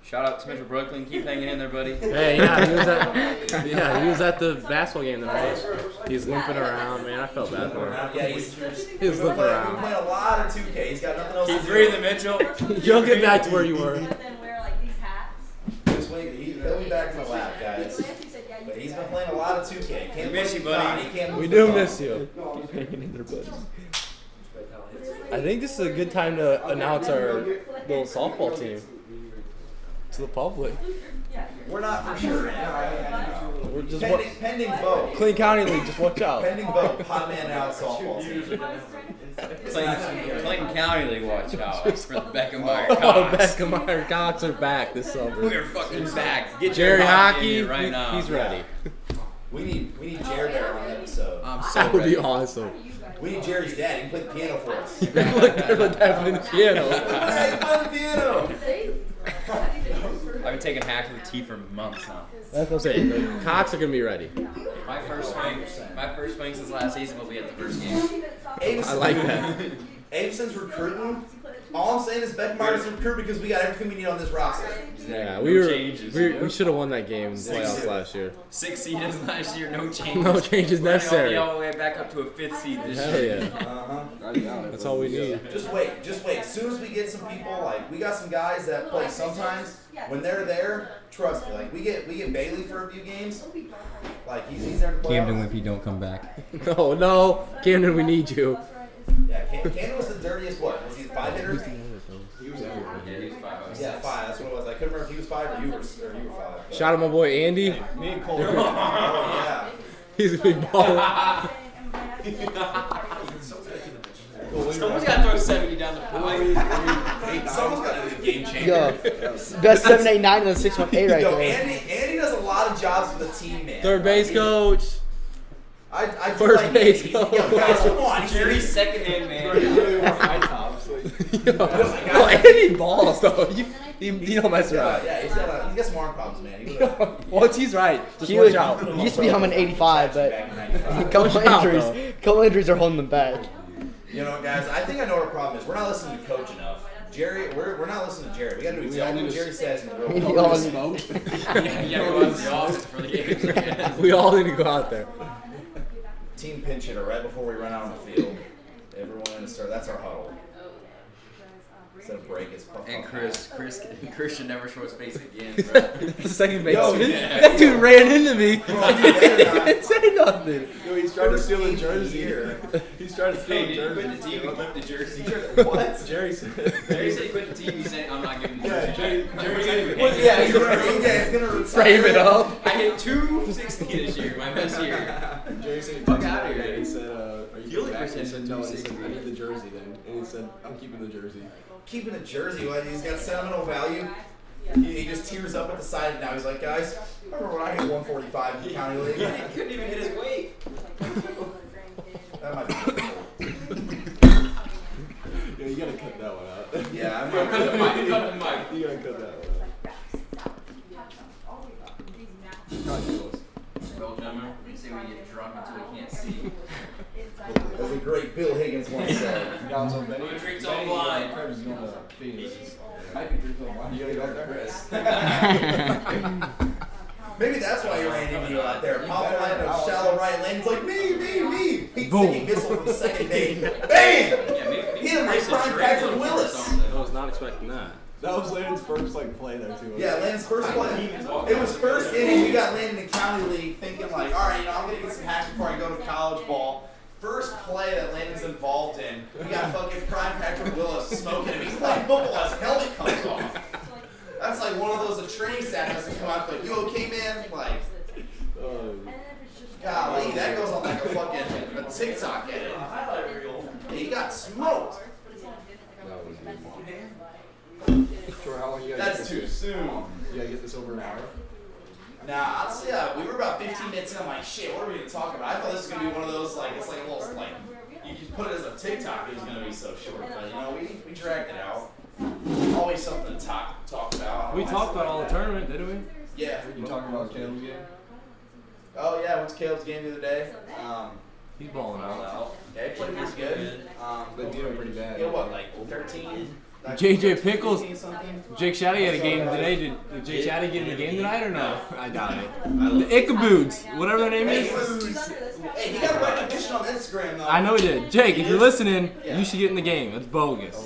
[SPEAKER 3] Shout out to Mitchell Brooklyn. Keep hanging in there, buddy.
[SPEAKER 4] Hey, yeah, he was at yeah, he was at the basketball game tonight. He's limping around, man. I felt bad for him.
[SPEAKER 1] Yeah, he's,
[SPEAKER 4] He was
[SPEAKER 1] we play,
[SPEAKER 4] limping
[SPEAKER 1] we
[SPEAKER 4] around.
[SPEAKER 1] play a lot of 2K. He's got nothing else
[SPEAKER 6] Keep
[SPEAKER 1] to do.
[SPEAKER 6] breathing, Mitchell.
[SPEAKER 4] You'll get back to where you
[SPEAKER 1] *laughs*
[SPEAKER 4] were.
[SPEAKER 8] But then wear like these hats.
[SPEAKER 1] Just wait, he, he'll be back in the lap, guys.
[SPEAKER 8] He said, yeah, you
[SPEAKER 1] But
[SPEAKER 8] can
[SPEAKER 1] he's
[SPEAKER 8] go.
[SPEAKER 1] been playing a lot of 2K. Can't
[SPEAKER 6] miss
[SPEAKER 1] lose
[SPEAKER 6] you,
[SPEAKER 1] the time.
[SPEAKER 6] buddy.
[SPEAKER 1] He can't
[SPEAKER 4] We
[SPEAKER 1] lose
[SPEAKER 4] do
[SPEAKER 1] the
[SPEAKER 4] miss
[SPEAKER 1] time.
[SPEAKER 4] you.
[SPEAKER 5] Hanging in their butts.
[SPEAKER 4] I think this is a good time to announce our little softball team to the public.
[SPEAKER 1] We're not for sure. man.
[SPEAKER 4] We're just wa-
[SPEAKER 1] Pending, pending vote.
[SPEAKER 4] Clean County League. Just watch out.
[SPEAKER 1] Pending vote. Hot man out softball *laughs* team.
[SPEAKER 3] Clayton, Clayton County League, watch out
[SPEAKER 4] *laughs*
[SPEAKER 3] for the Beckenbauer
[SPEAKER 4] *laughs* Oh,
[SPEAKER 3] Cox.
[SPEAKER 4] Beckham and Cox are back this summer.
[SPEAKER 3] We're fucking back. Get
[SPEAKER 4] Jerry
[SPEAKER 3] your hockey, in
[SPEAKER 4] Hockey,
[SPEAKER 3] here right now.
[SPEAKER 4] he's ready.
[SPEAKER 1] We need we need Jared there on the
[SPEAKER 6] Oh,
[SPEAKER 1] episode.
[SPEAKER 3] I'm so
[SPEAKER 4] That would
[SPEAKER 3] ready.
[SPEAKER 4] be awesome.
[SPEAKER 1] we need Jerry's dad. He can play the piano for us.
[SPEAKER 4] *laughs* Look, they're definitely the piano.
[SPEAKER 1] hey, play the piano. *laughs*
[SPEAKER 3] I've been taking hacks with T for months now.
[SPEAKER 4] That's what I'm saying. The Cox are gonna be ready.
[SPEAKER 3] My first swing, my first swing since last season will be at the first game.
[SPEAKER 4] I
[SPEAKER 1] Avison's,
[SPEAKER 4] like that.
[SPEAKER 1] Avison's recruiting. All I'm saying is Beck Myers recruit because we got everything we need on this roster.
[SPEAKER 4] Yeah, we were
[SPEAKER 6] changes.
[SPEAKER 4] we, we should have won that game in the playoffs last year.
[SPEAKER 6] Six seed
[SPEAKER 3] *laughs*
[SPEAKER 6] is last year, no change.
[SPEAKER 4] No changes
[SPEAKER 6] We're gonna be
[SPEAKER 4] necessary.
[SPEAKER 6] all the way back up to a fifth seed this
[SPEAKER 4] Hell
[SPEAKER 6] year.
[SPEAKER 4] yeah,
[SPEAKER 1] Uh-huh.
[SPEAKER 4] that's all we need.
[SPEAKER 1] Just wait, just wait. As soon as we get some people, like we got some guys that play sometimes. When they're there, trust me. Like we get we get Bailey for a few games. Like he's, he's there to play.
[SPEAKER 2] if you don't come back.
[SPEAKER 4] *laughs* No, no, Camden, we need you.
[SPEAKER 1] Yeah, Cam- Camden was the dirtiest. What was he? a Five hitter?
[SPEAKER 6] Yeah, he's five.
[SPEAKER 1] Yeah, five. That's what it was. I couldn't remember if he was five or you were or you were five. but- *laughs*
[SPEAKER 4] Shout out my boy Andy.
[SPEAKER 7] Me and Cole.
[SPEAKER 1] Yeah.
[SPEAKER 4] He's a big *laughs*
[SPEAKER 8] *laughs*
[SPEAKER 4] baller.
[SPEAKER 6] Someone's got to throw 70 down the pipe.
[SPEAKER 1] Someone's got to be the game changer.
[SPEAKER 5] Yo, best seven eight nine and then six one eight right
[SPEAKER 1] Yo,
[SPEAKER 5] there.
[SPEAKER 1] Andy, Andy does a lot of jobs for the team, man.
[SPEAKER 4] Third base
[SPEAKER 1] Like,
[SPEAKER 4] *laughs* coach.
[SPEAKER 1] I, I feel
[SPEAKER 4] First
[SPEAKER 1] like
[SPEAKER 4] base
[SPEAKER 1] he's-
[SPEAKER 4] coach.
[SPEAKER 1] Yo, guys, come on. He's
[SPEAKER 6] Jerry's second
[SPEAKER 3] *laughs*
[SPEAKER 6] hand man.
[SPEAKER 4] Well, Andy balls though. You, you, you don't mess
[SPEAKER 1] Yeah,
[SPEAKER 4] around.
[SPEAKER 1] yeah, he's got, a, he's got some arm problems, man. He was a-
[SPEAKER 4] Once he's right, just
[SPEAKER 5] He
[SPEAKER 4] watch
[SPEAKER 5] was,
[SPEAKER 4] out.
[SPEAKER 5] he used to be humming 85, but
[SPEAKER 1] back in 95.
[SPEAKER 5] a couple
[SPEAKER 4] Watch out, though.
[SPEAKER 5] injuries, couple injuries are holding them back.
[SPEAKER 1] You know, guys, I think I know what our problem is. We're not listening to coach enough. Jerry, we're, we're not listening to Jerry. We got to do exactly what Jerry says in the real
[SPEAKER 5] We
[SPEAKER 1] world.
[SPEAKER 5] all-
[SPEAKER 6] Yeah, you gotta go out to the office for the
[SPEAKER 4] *laughs* *laughs*
[SPEAKER 6] game.
[SPEAKER 4] We all need to go out there.
[SPEAKER 1] Team pinch hitter right before we run out on the field. Everyone in the start. That's our huddle. Instead of break, it's puff,
[SPEAKER 3] And
[SPEAKER 1] puff.
[SPEAKER 3] Chris,
[SPEAKER 6] *laughs*
[SPEAKER 3] Chris, Christian never show his face again,
[SPEAKER 5] *laughs*
[SPEAKER 3] bro.
[SPEAKER 4] The second base.
[SPEAKER 1] Yo,
[SPEAKER 4] That dude ran into me.
[SPEAKER 1] Bro, you better not.
[SPEAKER 4] Didn't *laughs* say nothing.
[SPEAKER 7] Yo, he's trying to steal a jersey.
[SPEAKER 1] Here.
[SPEAKER 7] He's trying to steal
[SPEAKER 6] Hey,
[SPEAKER 7] a
[SPEAKER 6] did you quit the
[SPEAKER 7] jersey.
[SPEAKER 6] team and keep the jersey?
[SPEAKER 1] What? *laughs*
[SPEAKER 7] Jerry said.
[SPEAKER 6] *laughs* Jerry said he quit the team. He said, I'm not giving the
[SPEAKER 7] Yeah,
[SPEAKER 6] jersey.
[SPEAKER 7] Jerry-
[SPEAKER 6] Jerry's
[SPEAKER 1] Well,
[SPEAKER 6] gonna
[SPEAKER 1] yeah, he's gonna, yeah, he's gonna
[SPEAKER 4] Frame it up.
[SPEAKER 6] *laughs* I hit 260 this year, my best year.
[SPEAKER 7] Jerry said he
[SPEAKER 6] Fuck
[SPEAKER 7] texted
[SPEAKER 6] outta
[SPEAKER 7] him
[SPEAKER 6] here.
[SPEAKER 7] and said, uh, are you
[SPEAKER 6] You're the
[SPEAKER 7] coming back? And he
[SPEAKER 6] Christian
[SPEAKER 7] said, no. And he
[SPEAKER 6] music.
[SPEAKER 7] said, I need the jersey then. And he said, I'm keeping the jersey.
[SPEAKER 1] Keeping a jersey, what? He's got sentimental value. He, he just tears up at the side, and now he's like, guys, remember when I hit 145 in the county league?
[SPEAKER 6] He couldn't even hit his weight.
[SPEAKER 1] That might be.
[SPEAKER 7] Yeah, you gotta cut that one out.
[SPEAKER 1] Yeah, I'm
[SPEAKER 6] Cut the mic, cut the mic.
[SPEAKER 7] *laughs* you gotta cut that one out. Probably close.
[SPEAKER 6] Bill Jummer, we say we get drunk until we can't see.
[SPEAKER 1] That's a great Bill Higgins one said.
[SPEAKER 7] Gonzo, Benny.
[SPEAKER 6] Who drinks all blind?
[SPEAKER 7] Trevor's going to Phoenix. Might be drinking all blind. You gotta go out there.
[SPEAKER 6] *laughs*
[SPEAKER 1] Maybe that's why you ran into you out there. Papalando, shallow right lane's like, me, me, me. He's
[SPEAKER 4] Boom.
[SPEAKER 1] taking missile from second base. Bam!
[SPEAKER 6] Yeah, maybe, maybe
[SPEAKER 1] He had a
[SPEAKER 6] Chris
[SPEAKER 1] prime
[SPEAKER 6] and Jerry
[SPEAKER 1] Patrick
[SPEAKER 6] would've
[SPEAKER 1] Willis.
[SPEAKER 6] done something.
[SPEAKER 4] I was not expecting that.
[SPEAKER 7] That was Landon's first like play there too.
[SPEAKER 1] Yeah, Landon's first play. It was first inning. We got Landon in the county league thinking like, all right, you know, I'm gonna get some hacks before I go to college ball. First play that Landon's involved in, we got fucking prime Patrick Willis smoking him. He's playing football. His helmet comes off. That's like one of those a training staff has to come out and be like, you okay, man? Like,
[SPEAKER 7] Um,
[SPEAKER 1] golly, that goes on like a fucking a TikTok edit. He got smoked.
[SPEAKER 7] that was Troy, how long you gotta
[SPEAKER 1] That's
[SPEAKER 7] get
[SPEAKER 1] too
[SPEAKER 7] this?
[SPEAKER 1] soon.
[SPEAKER 7] You gotta get this over an hour.
[SPEAKER 1] Nah, I'd say uh, we were about 15 minutes in. I'm like, shit, what are we gonna talk about? I thought this was gonna be one of those like it's like a little like you could put it as a TikTok. It was gonna be so short, but you know we, we dragged it out. Always something to talk talk about.
[SPEAKER 10] We talked about all the tournament, didn't we?
[SPEAKER 1] Yeah.
[SPEAKER 7] You talking about Caleb's game?
[SPEAKER 1] Oh yeah, went to Caleb's game the other day. Um,
[SPEAKER 10] He's balling out.
[SPEAKER 1] yeah, he played pretty good. Um,
[SPEAKER 7] They beat him pretty bad.
[SPEAKER 1] he had, what like 13?
[SPEAKER 4] JJ Pickles, Jake Shaddy had a game today. Did, did Jake Shaddy get in the game tonight or no? I doubt it. The Ickaboogs, whatever their name is.
[SPEAKER 6] Hey, he got recognition on Instagram though.
[SPEAKER 4] I know he did. Jake, if you're listening, you should get in the game. That's bogus.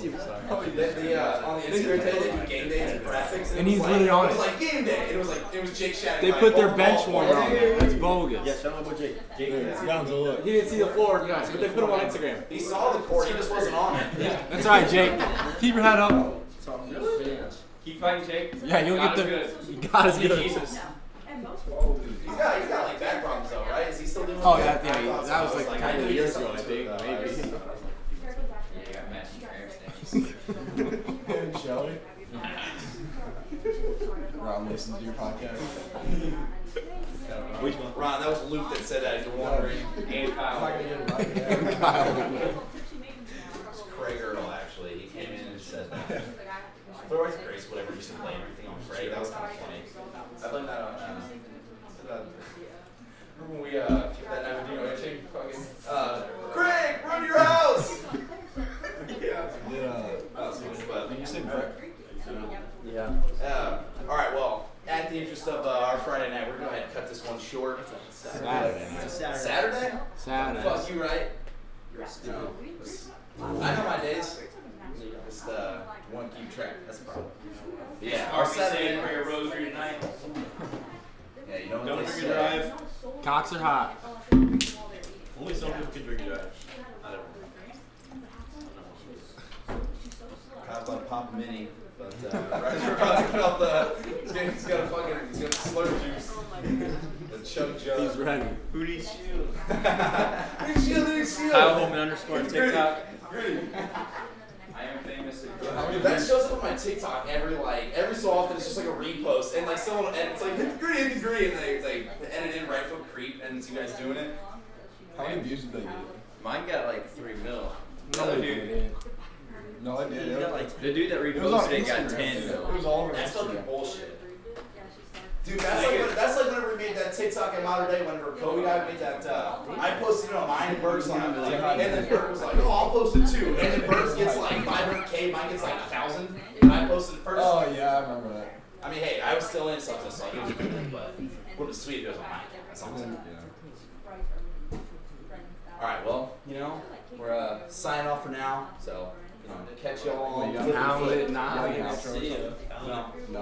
[SPEAKER 6] Oh, the, the, uh, on the Instagram today, they do game days and graphics,
[SPEAKER 4] And
[SPEAKER 6] it
[SPEAKER 4] he's
[SPEAKER 6] was
[SPEAKER 4] literally
[SPEAKER 6] like,
[SPEAKER 4] on
[SPEAKER 6] It
[SPEAKER 4] it.
[SPEAKER 6] was like game day. It was like it was Jake Shaddy.
[SPEAKER 4] They
[SPEAKER 6] like,
[SPEAKER 4] put their
[SPEAKER 6] oh,
[SPEAKER 4] bench
[SPEAKER 6] oh,
[SPEAKER 4] warmer on
[SPEAKER 6] oh,
[SPEAKER 4] it. That's bogus.
[SPEAKER 8] shout out my Jake. Jake.
[SPEAKER 4] He didn't see the floor, guys, but they put him on Instagram.
[SPEAKER 6] He saw the court. He just
[SPEAKER 4] *laughs*
[SPEAKER 6] wasn't on it.
[SPEAKER 4] That's all right, Jake. Keep your head up.
[SPEAKER 8] Keep fighting Jake.
[SPEAKER 4] Yeah, you'll
[SPEAKER 8] God
[SPEAKER 4] get
[SPEAKER 8] is
[SPEAKER 4] the.
[SPEAKER 8] good.
[SPEAKER 4] God is good.
[SPEAKER 8] Jesus.
[SPEAKER 7] And most
[SPEAKER 6] He's got he's got like back problems though, right? Is he still doing?
[SPEAKER 4] Oh,
[SPEAKER 6] it?
[SPEAKER 4] yeah, yeah,
[SPEAKER 6] I thought
[SPEAKER 4] that
[SPEAKER 6] so.
[SPEAKER 4] was,
[SPEAKER 6] I
[SPEAKER 4] like,
[SPEAKER 6] I
[SPEAKER 4] kinda
[SPEAKER 6] knew he
[SPEAKER 4] years
[SPEAKER 6] was
[SPEAKER 4] ago, I
[SPEAKER 6] something,
[SPEAKER 4] think,
[SPEAKER 6] but
[SPEAKER 4] maybe.
[SPEAKER 6] was-
[SPEAKER 8] Yeah, you got matching hair sticks. *laughs*
[SPEAKER 6] Ron listens to your podcast.
[SPEAKER 8] Which one?
[SPEAKER 6] *laughs* Ron, that was Luke that said that. If you're wondering,
[SPEAKER 8] And
[SPEAKER 6] I'm
[SPEAKER 8] Kyle.
[SPEAKER 6] not gonna get it right. It's Craig Earl actually. He came in and said
[SPEAKER 4] *laughs*
[SPEAKER 6] that. But always Grace, whatever, used to blame everything on Craig. That was kind of funny. I blame that on. Uh, that- Remember when we uh, that night with Dino Itching? Fucking uh, Craig, run to your house. *laughs* yeah.
[SPEAKER 7] uh,
[SPEAKER 6] Yeah. That's funny, but you said Craig.
[SPEAKER 13] Yeah.
[SPEAKER 6] Uh, all right, well, at the interest of uh, our Friday night, we're going to go ahead and cut this one short.
[SPEAKER 4] Saturday night.
[SPEAKER 6] Saturday?
[SPEAKER 4] Saturday.
[SPEAKER 6] Fuck you, right? You're stupid. I know my days. Just uh, one keep track. That's the problem. Yeah, our
[SPEAKER 8] Are we saying
[SPEAKER 6] Saturday.
[SPEAKER 8] for your rosary tonight?
[SPEAKER 6] Yeah, you don't,
[SPEAKER 9] Don't
[SPEAKER 6] know
[SPEAKER 9] drink and drive.
[SPEAKER 4] Cocks are hot.
[SPEAKER 9] Only some people can drink and drive. Not everyone.
[SPEAKER 6] Cop on Pop Mini. But uh, *laughs* right, we're about to cut off the. James got a fucking. He's got slurp juice. the chug jug.
[SPEAKER 4] He's ready.
[SPEAKER 8] Who needs you?
[SPEAKER 6] *laughs* He's shielding his shield.
[SPEAKER 8] Kyle Holman underscore TikTok.
[SPEAKER 6] Gritty.
[SPEAKER 8] I am famous.
[SPEAKER 6] Dude, that shows up on my TikTok every like every so often. It's just like a repost, and like someone and it's like hit the gritty, hit the gritty, and they like they edit in right foot creep, and it's you guys doing it.
[SPEAKER 7] How many views?
[SPEAKER 8] Mine got like three mil.
[SPEAKER 4] No, dude.
[SPEAKER 6] No, I
[SPEAKER 8] He got like the dude that reposted it got ten mil.
[SPEAKER 6] all over. That's fucking bullshit. Dude, that's like, when, that's like whenever we made that TikTok in modern day. Whenever Kobe and I made that, uh, I posted it on mine and Berg's on it, like, and then Berg was like, "Oh, I'll post it too." And then Berg's gets like 500k, mine gets like a thousand, and I posted it first. Oh yeah, I remember that. I mean, hey, I was still in something, so I was doing it, but what was sweet if it was on mine. That's all I'm saying. All right, well, you know, we're uh, signing off for now, so you know, catch y'all. on the flip.
[SPEAKER 4] Now it, now it.
[SPEAKER 8] See ya.
[SPEAKER 6] No.